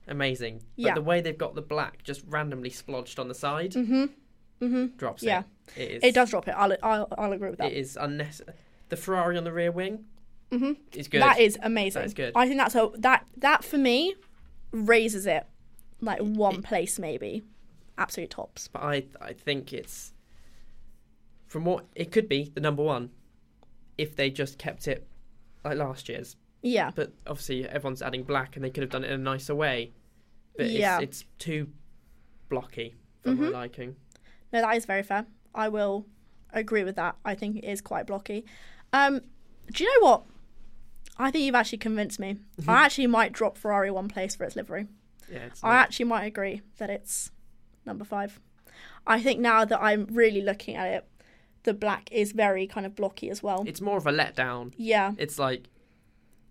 amazing. But
Mm-hmm. Yeah.
the way they've got the black just randomly splodged on the side
Mhm. Mhm.
drops
Yeah.
it. It is.
It does drop it. I'll I'll, I'll agree with that.
It is unnecessary. The Ferrari on the rear wing
Mhm.
is good.
That is amazing.
That is good.
I think that's a that that for me raises it like one place maybe. Absolute tops.
but I I think it's from what it could be the number one if they just kept it like last year's.
Yeah.
But obviously everyone's adding black, and they could have done it in a nicer way. But
Yeah.
it's, it's too blocky for my
Mhm.
liking.
No, that is very fair. I will agree with that. I think it is quite blocky. Um, do you know what? I think you've actually convinced me. I actually might drop Ferrari one place for its livery.
Yeah, it's
I actually might agree that it's number five. I think now that I'm really looking at it, the black is very kind of blocky as well.
it's more of a letdown.
yeah,
It's like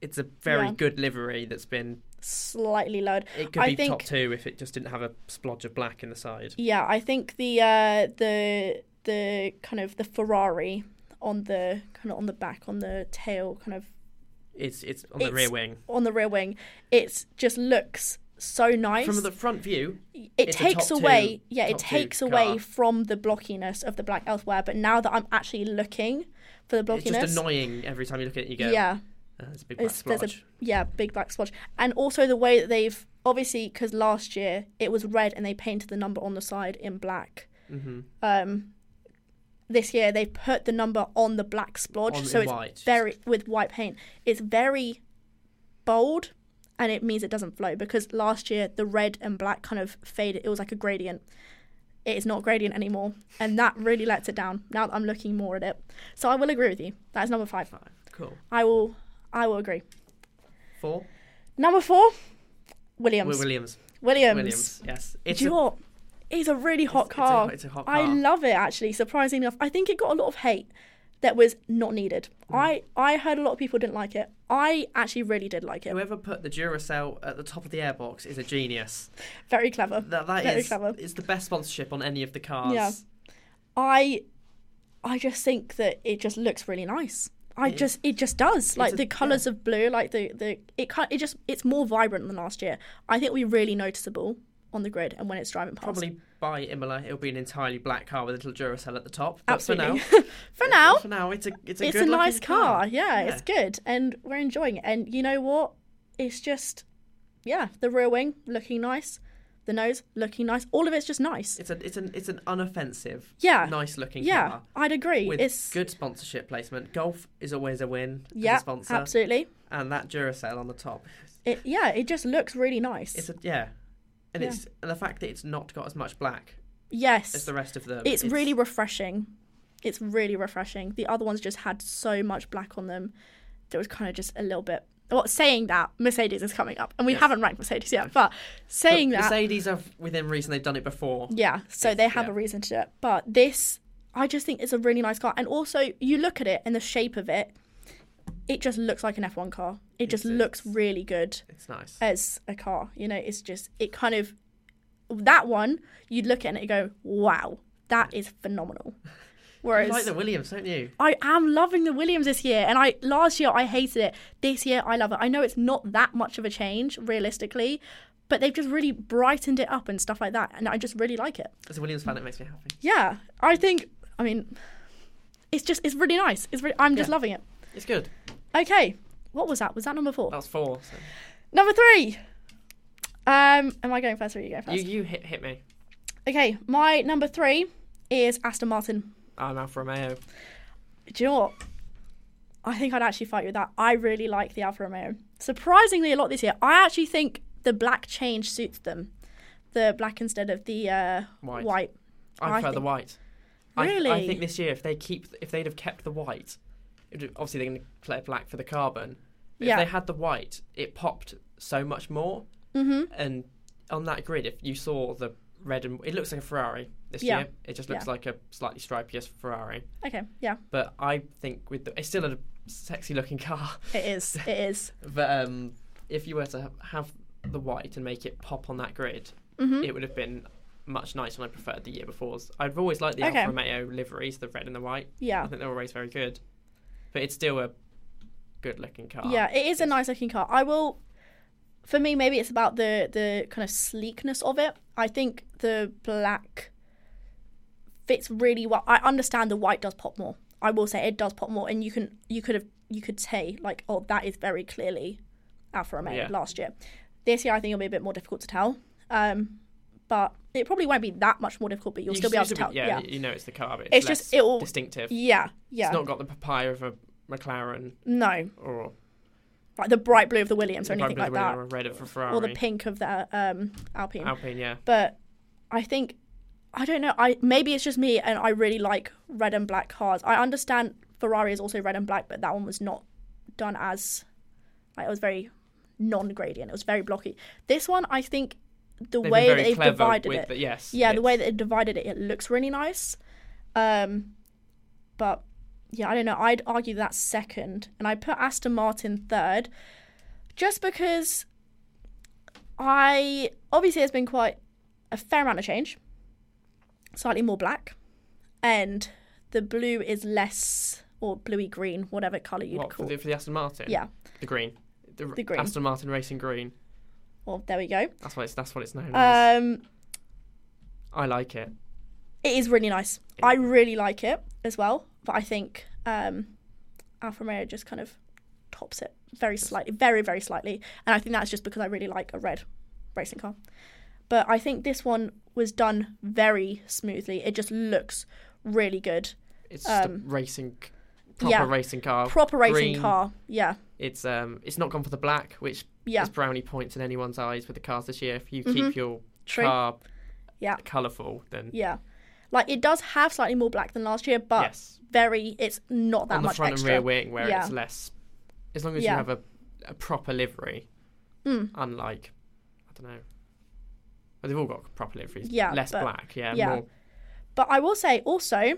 it's a very
Yeah.
good livery that's been.
slightly lowered.
It could
I
be top
think-
two if it just didn't have a splodge of black in the side.
Yeah, I think the uh, the the kind of the Ferrari on the kind of on the back on the tail kind of
It's it's on the
It's-
rear wing.
on the rear wing, it just looks so nice.
From the front view,
it
it's a
takes
top
away
two-
yeah it
top two
takes away
car.
from the blockiness of the black elsewhere but now that i'm actually looking for the
it's just
blockiness
annoying every time you look at it. You go,
yeah
"Ah, there's a big black
it's, there's a
splotch."
yeah big black splotch and also the way that they've obviously because last year it was red and they painted the number on the side in black
hmm
um this year they put the number on the black splotch
On-
so
in
it's
white.
very with white paint it's very bold and it means it doesn't flow because last year the red and black kind of faded it was like a gradient it is not gradient anymore and that really lets it down now that i'm looking more at it so i will agree with you that is number five
Five. Cool.
i will i will agree
Four.
number four
Wi-
williams
Williams.
williams,
Williams. Yes. It's
Um, do you
a-
know what it's a really hot
it's a-
car
it's a hot
I
car.
love it actually. Surprisingly enough, I think it got a lot of hate that was not needed.
Hmm.
I I heard a lot of people didn't like it. I actually really did like it.
Whoever put the Duracell at the top of the airbox is a genius.
Very clever.
That that
Very
is
clever.
it's the best sponsorship on any of the cars.
Yeah. I I just think that it just looks really nice. I
It is.
just it just does. Like
a-
the colors of blue, like the the it can't, it just it's more vibrant than last year. I think we really noticeable on the grid and when it's driving past.
Probably by Imola, it'll be an entirely black car with a little Duracell at the top. But
Absolutely.
For now,
For now,
for now, it's a it's a
it's a
good-looking
nice car. Yeah,
Yeah.
it's good, and we're enjoying it. And you know what? It's just, yeah, the rear wing looking nice, the nose looking nice. All of it's just nice.
It's a it's an it's an unoffensive,
Yeah,
nice looking
yeah,
car
I'd agree.
with
it's
good sponsorship placement. Golf is always a win. as a
yeah,
sponsor,
absolutely.
and that Duracell on the top.
It yeah, it just looks really nice.
It's a yeah, and
Yeah.
it's and the fact that it's not got as much black as
yes,
the rest of them.
it's really refreshing. It's really refreshing. The other ones just had so much black on them. There was kind of just a little bit. Well, saying that Mercedes is coming up, and we
Yes.
haven't ranked Mercedes yet, but
But
saying that
Mercedes have within reason they've done it before.
Yeah, so
It's-
they have
yeah.
a reason to do it. But this, I just think it's a really nice car. And also, you look at it and the shape of it, it just looks like an F1 car. It,
It
just
is.
looks really good
It's nice.
as a car. You know, it's just, it kind of, that one, you'd look at it and it'd go, wow, that is phenomenal.
You
Whereas
like the Williams, don't you?
I am loving the Williams this year, and I last year I hated it. This year I love it. I know it's not that much of a change realistically, but they've just really brightened it up and stuff like that, and I just really like it.
As a Williams fan, it makes me happy.
yeah, I think. I mean, it's just it's really nice. It's really, I'm just
Yeah.
loving it.
It's good.
Okay, what was that? Was that number four?
That's four. So.
Number three. Um, am I going first or you go first?
You you hit hit me.
Okay, my number three is Aston Martin.
I'm Alfa Romeo.
Do you know what? I think I'd actually fight you with that. I really like the Alfa Romeo. Surprisingly, a lot this year. I actually think the black change suits them. The black instead of the uh,
White.
white.
I
I
prefer the
think-
white. I- I,
Really?
think this year, if they keep, if they'd have kept the white, it would- obviously they're going to play black for the carbon. But
Yeah.
If they had the white, it popped so much more.
Mm-hmm.
And on that grid, if you saw the red and it looks like a Ferrari this
Yeah.
year. It just looks
Yeah.
like a slightly stripier Ferrari.
Okay, yeah,
But I think with the, it's still a sexy looking car.
it is. It is.
But um, if you were to ha- have the white and make it pop on that grid,
Mhm.
it would have been much nicer than I preferred the year before's. I've always liked the
Okay. Oh.
Alfa Romeo liveries, the red and the white.
Yeah.
I think they're always very good. But it's still a good looking car.
Yeah, it is a nice looking car. I will, for me, maybe it's about the the kind of sleekness of it. I think the black fits really well. I understand the white does pop more. I will say it does pop more, and you can you could have you could say like, oh, that is very clearly Alfa Romeo
Yeah.
last year. This year, I think it'll be a bit more difficult to tell. Um, but it probably won't be that much more difficult, but you'll
You
still be able
just-
to tell.
yeah,
Yeah,
you know it's the car, but it's,
It's just-
just
it'll-
distinctive.
yeah, yeah.
It's not got the papaya of a McLaren
no,
or
like the bright blue of the Williams or
the
anything
Grand
like
Prix
that,
or a red of a Ferrari.
or the pink of the um, Alpine.
Alpine, yeah.
but I think I don't know. I maybe it's just me, and I really like red and black cars. I understand Ferrari is also red and black, but that one was not done as like it was very non-gradient. It was very blocky. This one, I think, the
They've
way
been
that
very
they've
clever
divided
with
it,
The, yes.
yeah, the way
it's-
that they divided it, it looks really nice. Um, but yeah, I don't know. I'd argue that's second, and I put Aston Martin third, just because I obviously there's been quite a fair amount of change, slightly more black, and the blue is less or bluey green, whatever color you'd
what, for
call.
the,
it.
for the Aston Martin?
yeah,
The green. The,
The green.
Aston Martin Racing Green.
Well, Oh, there we go.
That's what it's that's what it's known as.
Um,
I like it.
it is really nice.
Yeah.
I really like it as well, but I think um, Alfa Romeo just kind of tops it very slightly, very very slightly, and I think that's just because I really like a red racing car. But I think this one was done very smoothly. It just looks really good.
It's just
Um,
a racing c- proper
yeah.
racing car.
Proper racing
Oh, green.
car. Yeah.
It's um it's not gone for the black, which
Yeah.
is brownie points in anyone's eyes with the cars this year. If you
Mhm.
keep your
True.
car
Yeah.
colourful, then
Yeah. Like it does have slightly more black than last year, but
yes,
very it's not that
on the
much
front
extra.
and rear wing where
Yeah.
it's less. As long as
Yeah.
you have a, a proper livery,
Mm.
unlike I don't know, but they've all got proper liveries.
Yeah,
less
but-
black. Yeah,
yeah.
more
But I will say also,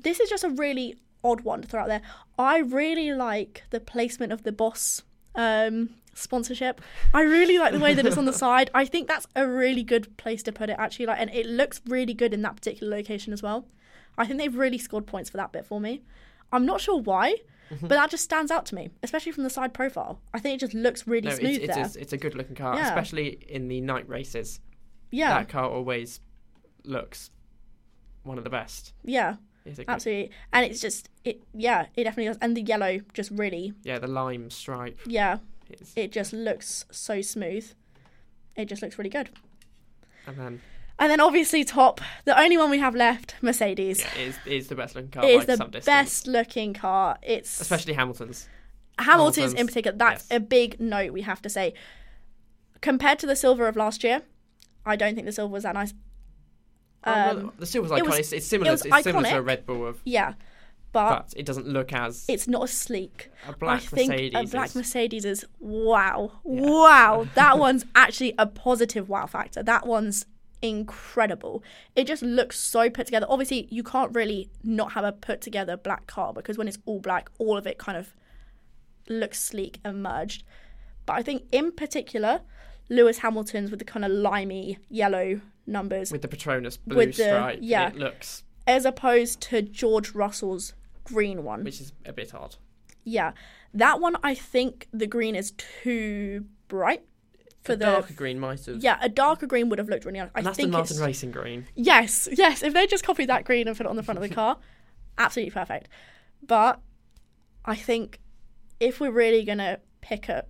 this is just a really odd one to throw out there. I really like the placement of the boss um, sponsorship. I really like the way that it's on the side. I think that's a really good place to put it actually. Like, and it looks really good in that particular location as well. I think they've really scored points for that bit for me. I'm not sure why, but that just stands out to me, especially from the side profile. I think it just looks really
no,
smooth
it's,
there.
it's, a, it's a good looking car,
Yeah.
especially in the night races.
yeah,
That car always looks one of the best.
yeah,
Is it good?
absolutely. And it's just it, yeah, it definitely does. And the yellow just really,
Yeah, the lime stripe
yeah,
is,
it just looks so smooth. It just looks really good.
and then
And then obviously top, the only one we have left, Mercedes.
yeah, it is, it is the best looking car.
It is
by
the
some distance.
best looking car. It's
especially Hamilton's.
Hamilton's, in
Hamilton's,
particular. That's
yes.
a big note we have to say. Compared to the silver of last year, I don't think the silver was that nice.
Oh, well,
Um,
the silver's
it
iconic.
was-
it's, it's similar.
was
it's similar to a
iconic.
Red Bull of,
Yeah, but
but it doesn't look as
it's not as sleek.
a black
I think
Mercedes.
a black
is.
Mercedes is wow, wow. That one's actually a positive wow factor. That one's incredible. It just looks so put together. Obviously, you can't really not have a put together black car because when it's all black, all of it kind of looks sleek and merged. But I think in particular, Lewis Hamilton's with the kind of limey yellow numbers,
with the Patronus blue
With the-
stripe.
yeah.
it looks,
as opposed to George Russell's green one.
which is a bit odd.
Yeah, that one I think the green is too bright for
The
the.
darker green might have.
yeah, a darker green would have looked really nice. I
and Aston
think
Martin
it's,
racing green.
yes, yes. If they just copied that green and put it on the front of the car, absolutely perfect. But I think if we're really gonna pick at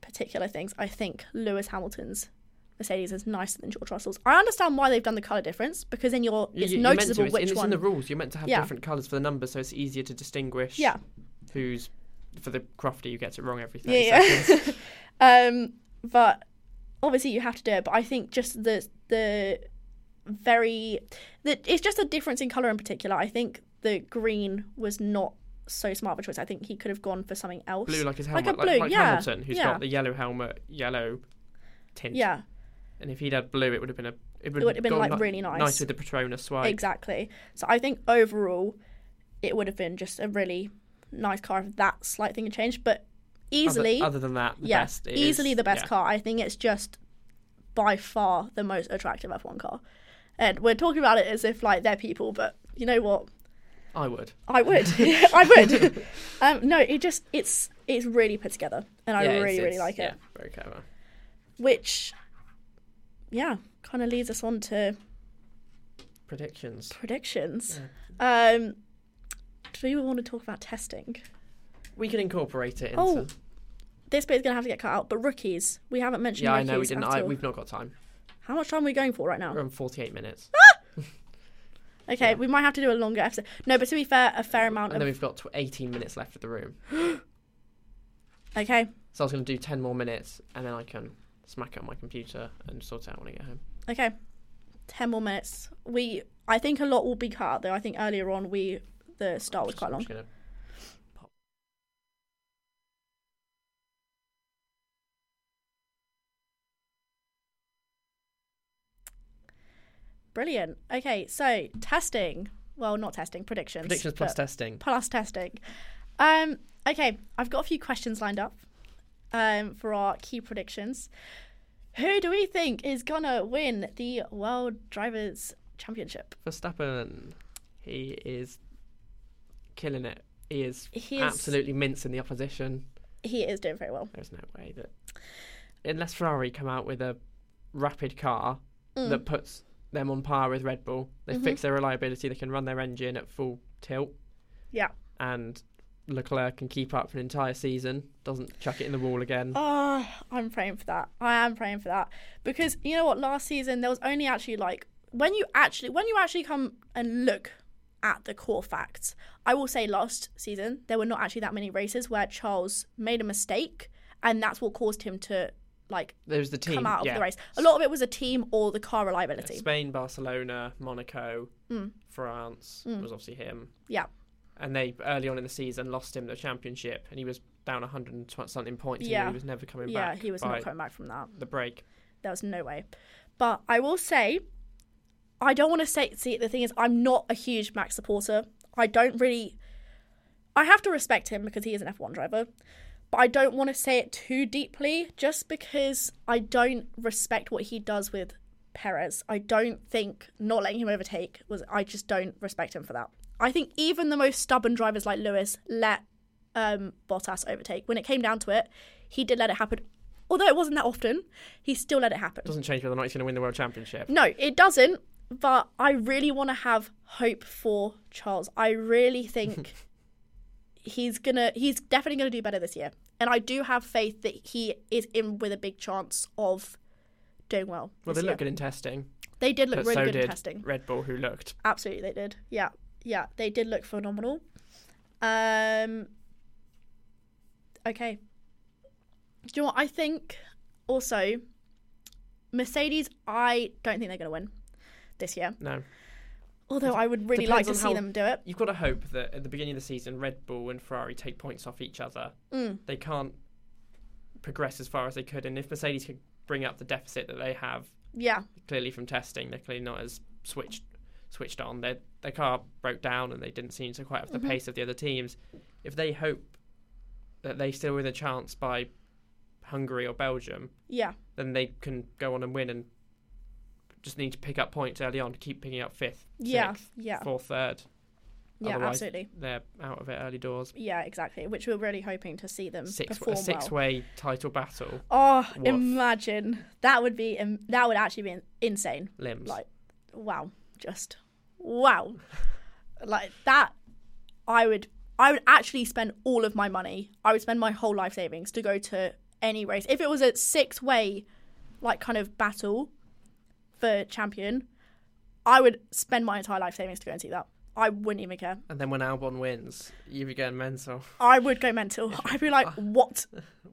particular things, I think Lewis Hamilton's Mercedes is nicer than George Russell's. I understand why they've done the color difference because then you're
You-
it's
you- you're meant to,
noticeable
it's in-
which
it's
one.
in the rules. You're meant to have
Yeah.
different colours for the numbers, so it's easier to distinguish.
Yeah.
Who's for the crofty who gets it wrong every thirty
yeah.
seconds.
yeah. um, but obviously you have to do it. But I think just the the very the, it's just a difference in color in particular. I think the green was not so smart of a choice. I think he could have gone for something else.
Blue like his
Like a
helmet, like,
blue,
like
yeah,
Hamilton, who's
yeah.
got the yellow helmet, yellow tint.
Yeah,
And if he'd had blue, it would have been a. It would
would have been,
gone
like,
ni-
really nice.
Nice with the Patronus swipe.
exactly. So I think overall, it would have been just a really nice car if that slight thing had changed. But
Other-
easily,
Other, than that, the
yeah,
best. it is-
easily the best
yeah.
car. I think it's just by far the most attractive F1 car. And we're talking about it as if like they're people, but you know what?
I would.
I would, I would. um, no, it just it's it's really put together, and I
Yeah, it's-
really really
it's-
like
yeah,
it.
Very clever.
Which, yeah, kind of leads us on to
Predictions.
predictions. Um, do you want to talk about testing?
We can incorporate it into.
Oh, This bit's gonna have to get cut out. But rookies, we haven't mentioned
yeah, I
rookies
know we didn't.
at
I,
all.
we've not got time.
How much time are we going for right now?
We're on 48 minutes,
Okay,
Yeah.
we might have to do a longer episode. No, but to be fair, a fair amount
and then
of.
we've got tw- 18 minutes left of the room.
Okay,
So I was going to do 10 more minutes, and then I can smack it on my computer and sort it out when I get home.
okay, ten more minutes. We, I think a lot will be cut out though. I think earlier on we the start was
Just-
quite
I'm
long.
just gonna pop.
Brilliant. Okay, so testing. Well, not testing. Predictions.
Predictions plus
but
testing.
plus testing. Um. Okay, I've got a few questions lined up. Um, for our key predictions, who do we think is gonna win the World Drivers Championship?
Verstappen, he is killing it. He is
He is
absolutely mincing the opposition.
he is doing very well.
There's no way that unless Ferrari come out with a rapid car
Mm.
that puts them on par with Red Bull, they
Mhm.
fix their reliability, they can run their engine at full tilt.
Yeah.
And Leclerc can keep up for an entire season, doesn't chuck it in the wall again.
Ah, I'm praying for that. I am praying for that because you know what? Last season there was only actually like when you actually when you actually come and look at the core facts. I will say last season there were not actually that many races where Charles made a mistake and that's what caused him to like
There's the team.
come out of
yeah.
the race. A lot of it was a team or the car reliability.
Spain, Barcelona, Monaco,
Mm.
France was obviously him.
Yeah.
And they early on in the season lost him the championship, and he was down 100 and tw- something points. and
Yeah.
he was never coming
Yeah,
back.
he was
by
not coming back from that.
The break.
There was no way. But I will say, I don't want to say. See, the thing is, I'm not a huge Max supporter. I don't really. I have to respect him because he is an F1 driver, but I don't want to say it too deeply just because I don't respect what he does with Perez. I don't think not letting him overtake was. I just don't respect him for that. I think even the most stubborn drivers like Lewis let um, Bottas overtake. When it came down to it, he did let it happen. Although it wasn't that often, he still let it happen.
Doesn't change whether or not he's going to win the world championship.
No, it doesn't. But I really want to have hope for Charles. I really think he's gonna. He's definitely gonna do better this year, and I do have faith that he is in with a big chance of doing well.
Well, they
this year.
look good in testing,
They did look
but
really
so
good
did
in testing.
Red Bull, who looked.
Absolutely, they did. Yeah, yeah, they did look phenomenal. Um. Okay. Do you know what I think? Also, Mercedes. I don't think they're gonna win this year.
No,
Although I would really
Depends
like to
on
see
how-
them do it.
you've got to hope that at the beginning of the season, Red Bull and Ferrari take points off each other.
Mm.
They can't progress as far as they could, and if Mercedes could bring up the deficit that they have,
Yeah,
clearly from testing, they're clearly not as switched switched on. Their their car broke down and they didn't seem to quite have
Mm-hmm.
the pace of the other teams. If they hope that they still win a chance by Hungary or Belgium,
yeah,
then they can go on and win and just need to pick up points early on, keep picking up fifth,
yeah,
sixth,
yeah,
fourth, third.
yeah.
Otherwise,
Absolutely.
They're out of it early doors.
Yeah, exactly. Which we're really hoping to see them
Six
perform
a six
well.
way title battle.
Oh,
Woof.
imagine that would be im- that would actually be in- insane.
Limbs.
Like, wow, just wow, like that. I would I would actually spend all of my money. I would spend my whole life savings to go to any race. If it was a six way, like kind of battle for champion, I would spend my entire life savings to go and see that. I wouldn't even care.
and then when Albon wins, you're going mental.
I would go mental. I'd be like, what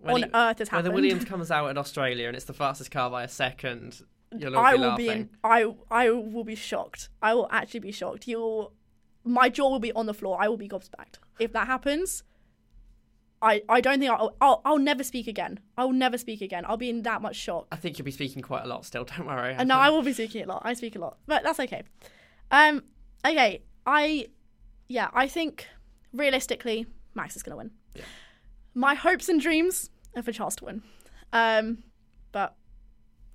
When
on
he-
earth has
Whether
happened?
Williams comes out in Australia and it's the fastest car by a second, you'll all
I
be
will
laughing.
be in, I I will be shocked. I will actually be shocked. You'll my jaw will be on the floor. I will be gobsmacked if that happens. I, I don't think I'll, I'll I'll never speak again. I'll never speak again. I'll be in that much shock.
I think you'll be speaking quite a lot still. Don't worry.
And no, I will be speaking a lot. I speak a lot, but that's okay. Um, okay. I, yeah, I think realistically, Max is going to win.
Yeah.
My hopes and dreams are for Charles to win. Um, but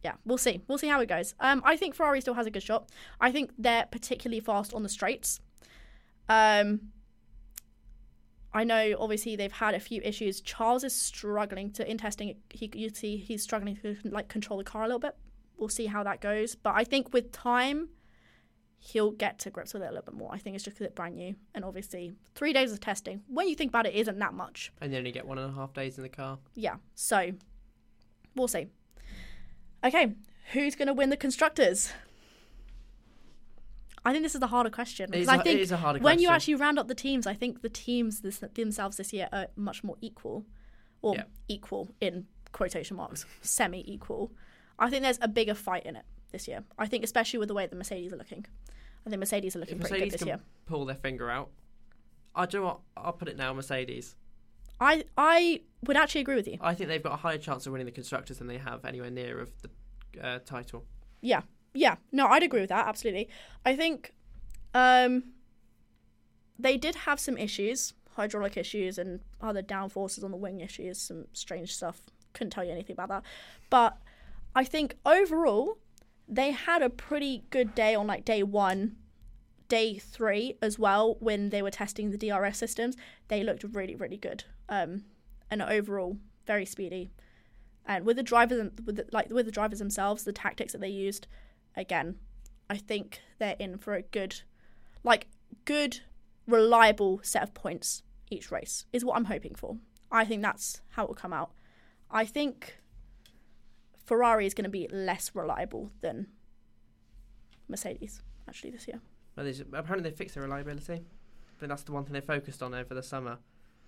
yeah, we'll see. We'll see how it goes. Um, I think Ferrari still has a good shot. I think they're particularly fast on the straights. Um, I know obviously they've had a few issues. Charles is struggling to in testing. He you see he's struggling to like control the car a little bit. We'll see how that goes. But I think with time, he'll get to grips with it a little bit more. I think it's just because it's brand new, and obviously three days of testing. When you think about it, isn't that much
And you only get one and a half days in the car.
yeah, so we'll see. Okay, who's going to win the constructors? I think this is the harder question
It is,
because I
a- it
think
is a harder
when you
question.
actually round up the teams, I think the teams this, themselves this year are much more equal, or
Yeah.
equal in quotation marks, semi-equal. I think there's a bigger fight in it this year. I think especially with the way the Mercedes are looking. I think Mercedes are looking
if
pretty
Mercedes
good this
can
year.
pull their finger out, I do you know what I'll put it now. Mercedes.
I I would actually agree with you.
I think they've got a higher chance of winning the constructors than they have anywhere near of the uh, title.
Yeah, yeah. No, I'd agree with that absolutely. I think um, they did have some issues, hydraulic issues, and other downforces on the wing issues, some strange stuff. Couldn't tell you anything about that, but I think overall they had a pretty good day on like day one, day three as well when they were testing the DRS systems. They looked really, really good, um, and overall very speedy. And with the drivers, with the, like with the drivers themselves, the tactics that they used, again, I think they're in for a good, like good, reliable set of points each race is what I'm hoping for. I think that's how it will come out. I think Ferrari is going to be less reliable than Mercedes actually this year.
Well, there's- apparently they fixed their reliability. But that's the one thing they focused on over the summer.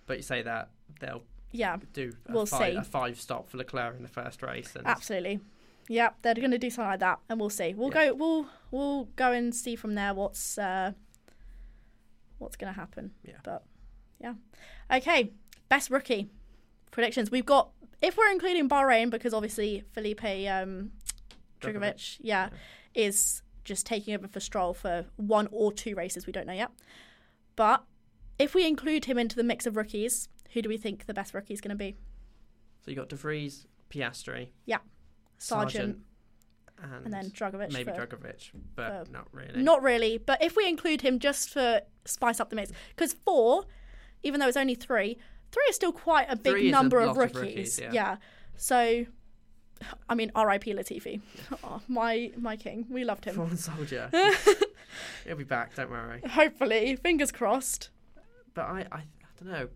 But you say that they'll
Yeah,
do a,
We'll
five,
see.
a five stop for Leclerc in the first race. And
absolutely. Yeah, they're going to do something like that, and we'll see. We'll
Yeah.
go. We'll we'll go and see from there what's uh, what's going to happen.
Yeah.
But yeah, okay. Best rookie predictions. We've got if we're including Bahrain because obviously Felipe um, Dragovic, yeah, is just taking over for Stroll for one or two races. We don't know yet. But if we include him into the mix of rookies, who do we think the best rookie is going to be?
So you got De Vries, Piastri,
Sargent,
and,
and then Dragovic.
maybe
for-
Dragovic, but not really.
Not really, but if we include him just for spice up the mix, because four, even though it's only three, three is still quite a big
Three is a
number of
lot
rookies.
of rookies, yeah.
So, I mean, R.I.P. Latifi, oh, my my king. We loved him.
Fallen soldier. He'll be back. Don't worry.
Hopefully, fingers crossed.
But I, I, I don't know.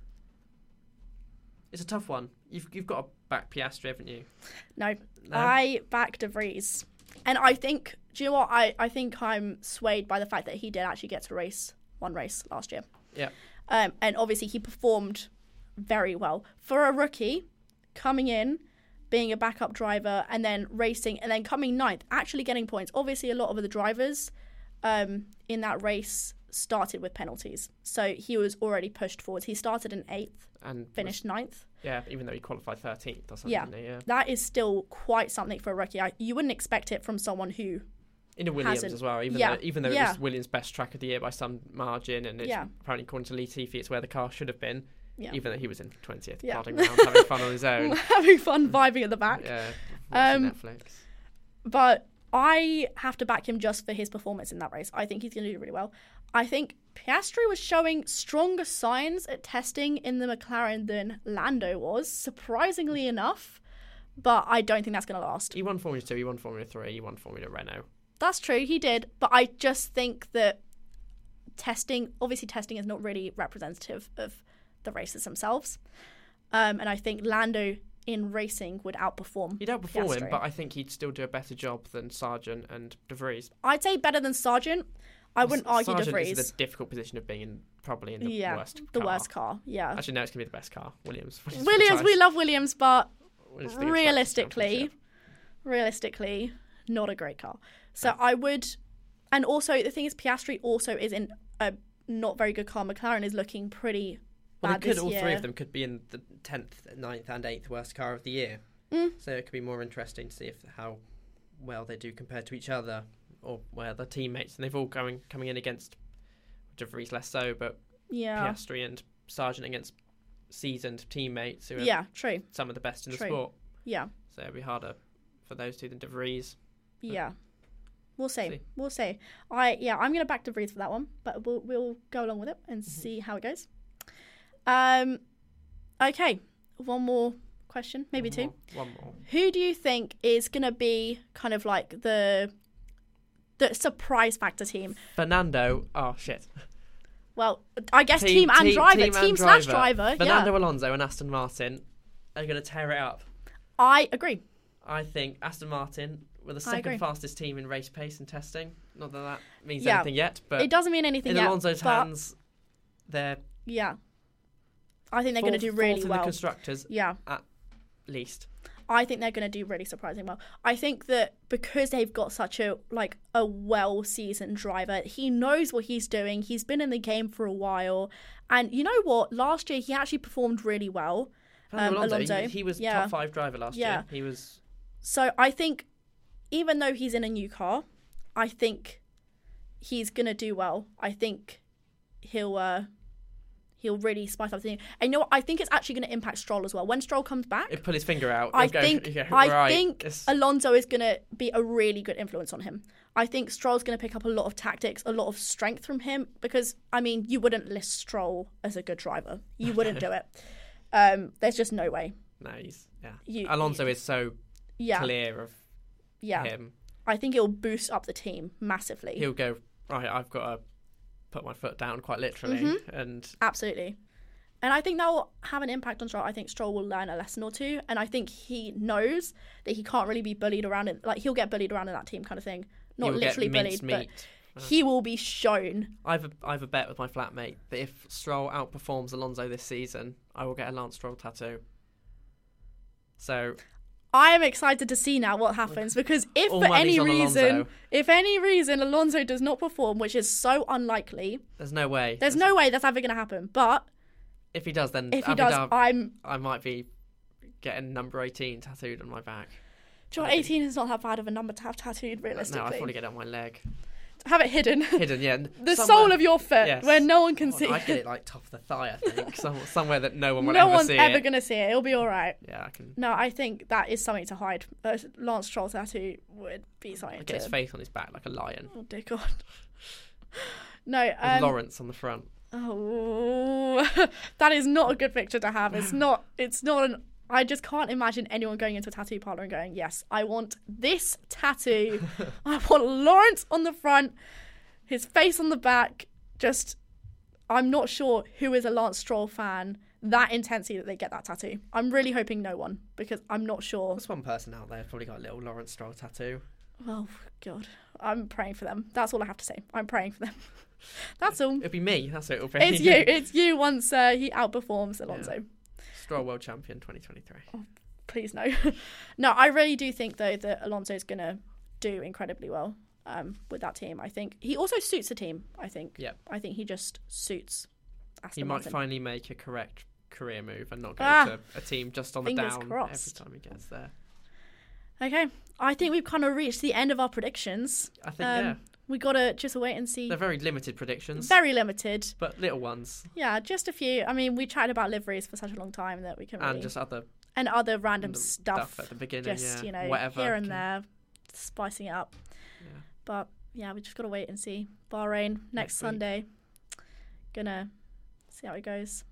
It's a tough one. You've you've got to back Piastri, haven't you?
No,
No?
I back De Vries, and I think. Do you know what? I, I think I'm swayed by the fact that he did actually get to race one race last year.
Yeah.
Um, and obviously he performed very well for a rookie coming in, being a backup driver, and then racing, and then coming ninth, actually getting points. Obviously, a lot of the drivers um, in that race started with penalties, so he was already pushed forwards. He started in eighth,
and was-
finished ninth.
Yeah, even though he qualified thirteenth or something.
Yeah.
didn't he? yeah.
That is still quite something for a rookie. I, you wouldn't expect it from someone who
In a Williams
Hasn't-
as well, even
yeah,
though even though it
yeah.
was Williams' best track of the year by some margin, and it's
Yeah.
apparently according to Lee Tiffy, it's where the car should have been.
Yeah.
Even though he was in twentieth,
Yeah.
plodding around having fun on his own.
having fun vibing at the back.
Yeah,
Um,
watching Netflix.
But I have to back him just for his performance in that race. I think he's going to do really well. I think Piastri was showing stronger signs at testing in the McLaren than Lando was, surprisingly enough. But I don't think that's going to last.
He won Formula Two. He won Formula Three. He won Formula Renault.
That's true, he did. But I just think that testing, obviously, testing is not really representative of the races themselves. Um, and I think Lando in racing would outperform.
He'd outperform him,
Piastri.
but I think he'd still do a better job than Sargent and De Vries.
I'd say better than Sargent. I wouldn't argue
Sargent
De
is
Vries.
in the difficult position of being in probably in the
yeah,
worst.
the
car.
worst car. Yeah,
Actually, no, it's gonna be the best car, Williams.
Williams. We
Retired.
love Williams, but
Williams is the Constructors'
realistically,
Championship.
realistically, not a great car. So I would, and also the thing is, Piastri also is in a not very good car. McLaren is looking pretty
well, they
bad
could
this
all
year.
three of them could be in the tenth, 9th and eighth worst car of the year.
Mm.
So it could be more interesting to see if how well they do compared to each other or where their teammates. And they've all going coming in against De Vries less so, but
Yeah,
Piastri and Sargent against seasoned teammates who are
yeah, true.
some of the best in the
True.
sport.
Yeah,
So it'd be harder for those two than De Vries.
yeah. We'll see.
See.
We'll see. I yeah, I'm gonna back De Vries for that one, but we'll we'll go along with it and
Mm-hmm.
see how it goes. Um, okay, one more question, maybe two.
One more. One more.
Who do you think is going to be kind of like the the surprise factor team?
Fernando. Oh shit.
Well, I guess team, and driver, team,
and
slash driver.
Fernando
Yeah,
Alonso and Aston Martin are going to tear it up.
I agree.
I think Aston Martin were the
agree.
second fastest team in race pace and testing. Not that that means
Yeah.
anything yet, but
It doesn't mean anything
in
yet.
Alonso's
but
hands, they're
yeah, I think they're going to
fourth-
do
fourth
really
in the
well.
constructors
Yeah,
least.
I think they're going to do really surprising well. I think that because they've got such a like a well seasoned driver, he knows what he's doing. He's been in the game for a while, and you know what? Last year he actually performed really well.
Fernando
Um,
Alonso,
Alonso,
He, he was
yeah.
top five driver last
Yeah.
year. He was
So I think, even though he's in a new car, I think he's gonna do well. I think he'll uh, he'll really spice up the team. And you know what? I think it's actually gonna impact Stroll as well. When Stroll comes back,
he'd pull his finger out.
I
he'd go,
think
he'd go,
I
right,
think
it's-
Alonso is gonna be a really good influence on him. I think Stroll's gonna pick up a lot of tactics, a lot of strength from him because I mean, you wouldn't list Stroll as a good driver. You wouldn't do it. Um, there's just no way.
No, he's yeah.
You,
Alonso is so
yeah,
clear of
yeah.
him.
I think it'll boost up the team massively.
He'll go right. I've got to put my foot down quite literally,
Mm-hmm.
and
Absolutely. And I think that will have an impact on Stroll. I think Stroll will learn a lesson or two. And I think he knows that he can't really be bullied around in like he'll get bullied around in that team kind of thing. Not
he'll
literally
get
bullied,
minced
but
meat.
he will be shown.
I've a, I've a bet with my flatmate that if Stroll outperforms Alonso this season, I will get a Lance Stroll tattoo. So
I am excited to see now what happens because if
All
for
money's
any
on
reason
Alonso.
if any reason Alonso does not perform, which is so unlikely,
there's no way.
there's no way that's ever gonna happen. But
If he does, then
if he
Abu
does,
Dhabi-
I'm
I might be getting number 18 tattooed on my back.
John eighteen is not that bad of a number to have tattooed
No, I'd probably
realistically.
get it on my leg.
have it hidden.
Hidden, yeah. n-
the
somewhere-
sole of your foot
Yes.
where no one can
Oh,
see
I'd get it like top of the thigh, I think. Some, somewhere that no one will
no
ever
one's
see
ever
it.
gonna see it. It'll be all right.
Yeah, I can
No, I think that is something to hide. A Lance Stroll tattoo would be something
I'd
to.
get his face on his back like a lion.
oh dear God. No,
With
um,
Lawrence on the front.
oh, that is not a good picture to have. It's not. It's not an. I just can't imagine anyone going into a tattoo parlor and going, "Yes, I want this tattoo. I want Lawrence on the front, his face on the back." Just, I'm not sure who is a Lance Stroll fan that intensely that they get that tattoo. I'm really hoping no one because I'm not sure.
There's one person out there who's probably got a little Lawrence Stroll tattoo.
Oh God, I'm praying for them. That's all I have to say. I'm praying for them. That's all.
It'll be me. That's what it'll be.
It's you. It's you. Once uh, he outperforms Alonso,
Stroll World Champion 2023.
Oh, please no. no, I really do think though that Alonso is gonna do incredibly well um, with that team. I think he also suits the team. I think.
Yep.
I think he just suits. Aston
He might
Martin.
finally make a correct career move and not go
Ah.
to a team just on the
Fingers
down
crossed.
every time he gets there.
Okay, I think we've kind of reached the end of our predictions.
I think,
Um,
yeah.
We gotta just wait and see.
They're very limited predictions,
Very limited.
but little ones.
Yeah, just a few. I mean, we chatted about liveries for such a long time that we can really...
And just other
and other random
random
stuff,
at the beginning.
just
yeah.
you know
Whatever
here and
can-
there spicing it up
Yeah.
but yeah we just gotta wait and see bahrain
Next
next,
week.
sunday gonna see how it goes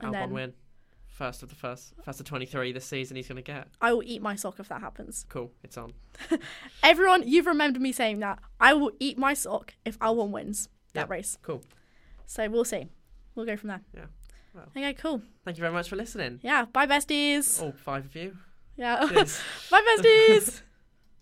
and
Albon
then
win. First of the first, first of 23 this season he's going to get.
i will eat my sock if that happens
Cool, it's on.
everyone you've remembered me saying that i will eat my sock if alwyn wins that
Yep.
race
Cool.
so we'll see we'll go from there
Yeah. Well.
okay cool
Thank you very much for listening.
yeah bye besties
All five of you.
yeah
Cheers.
bye besties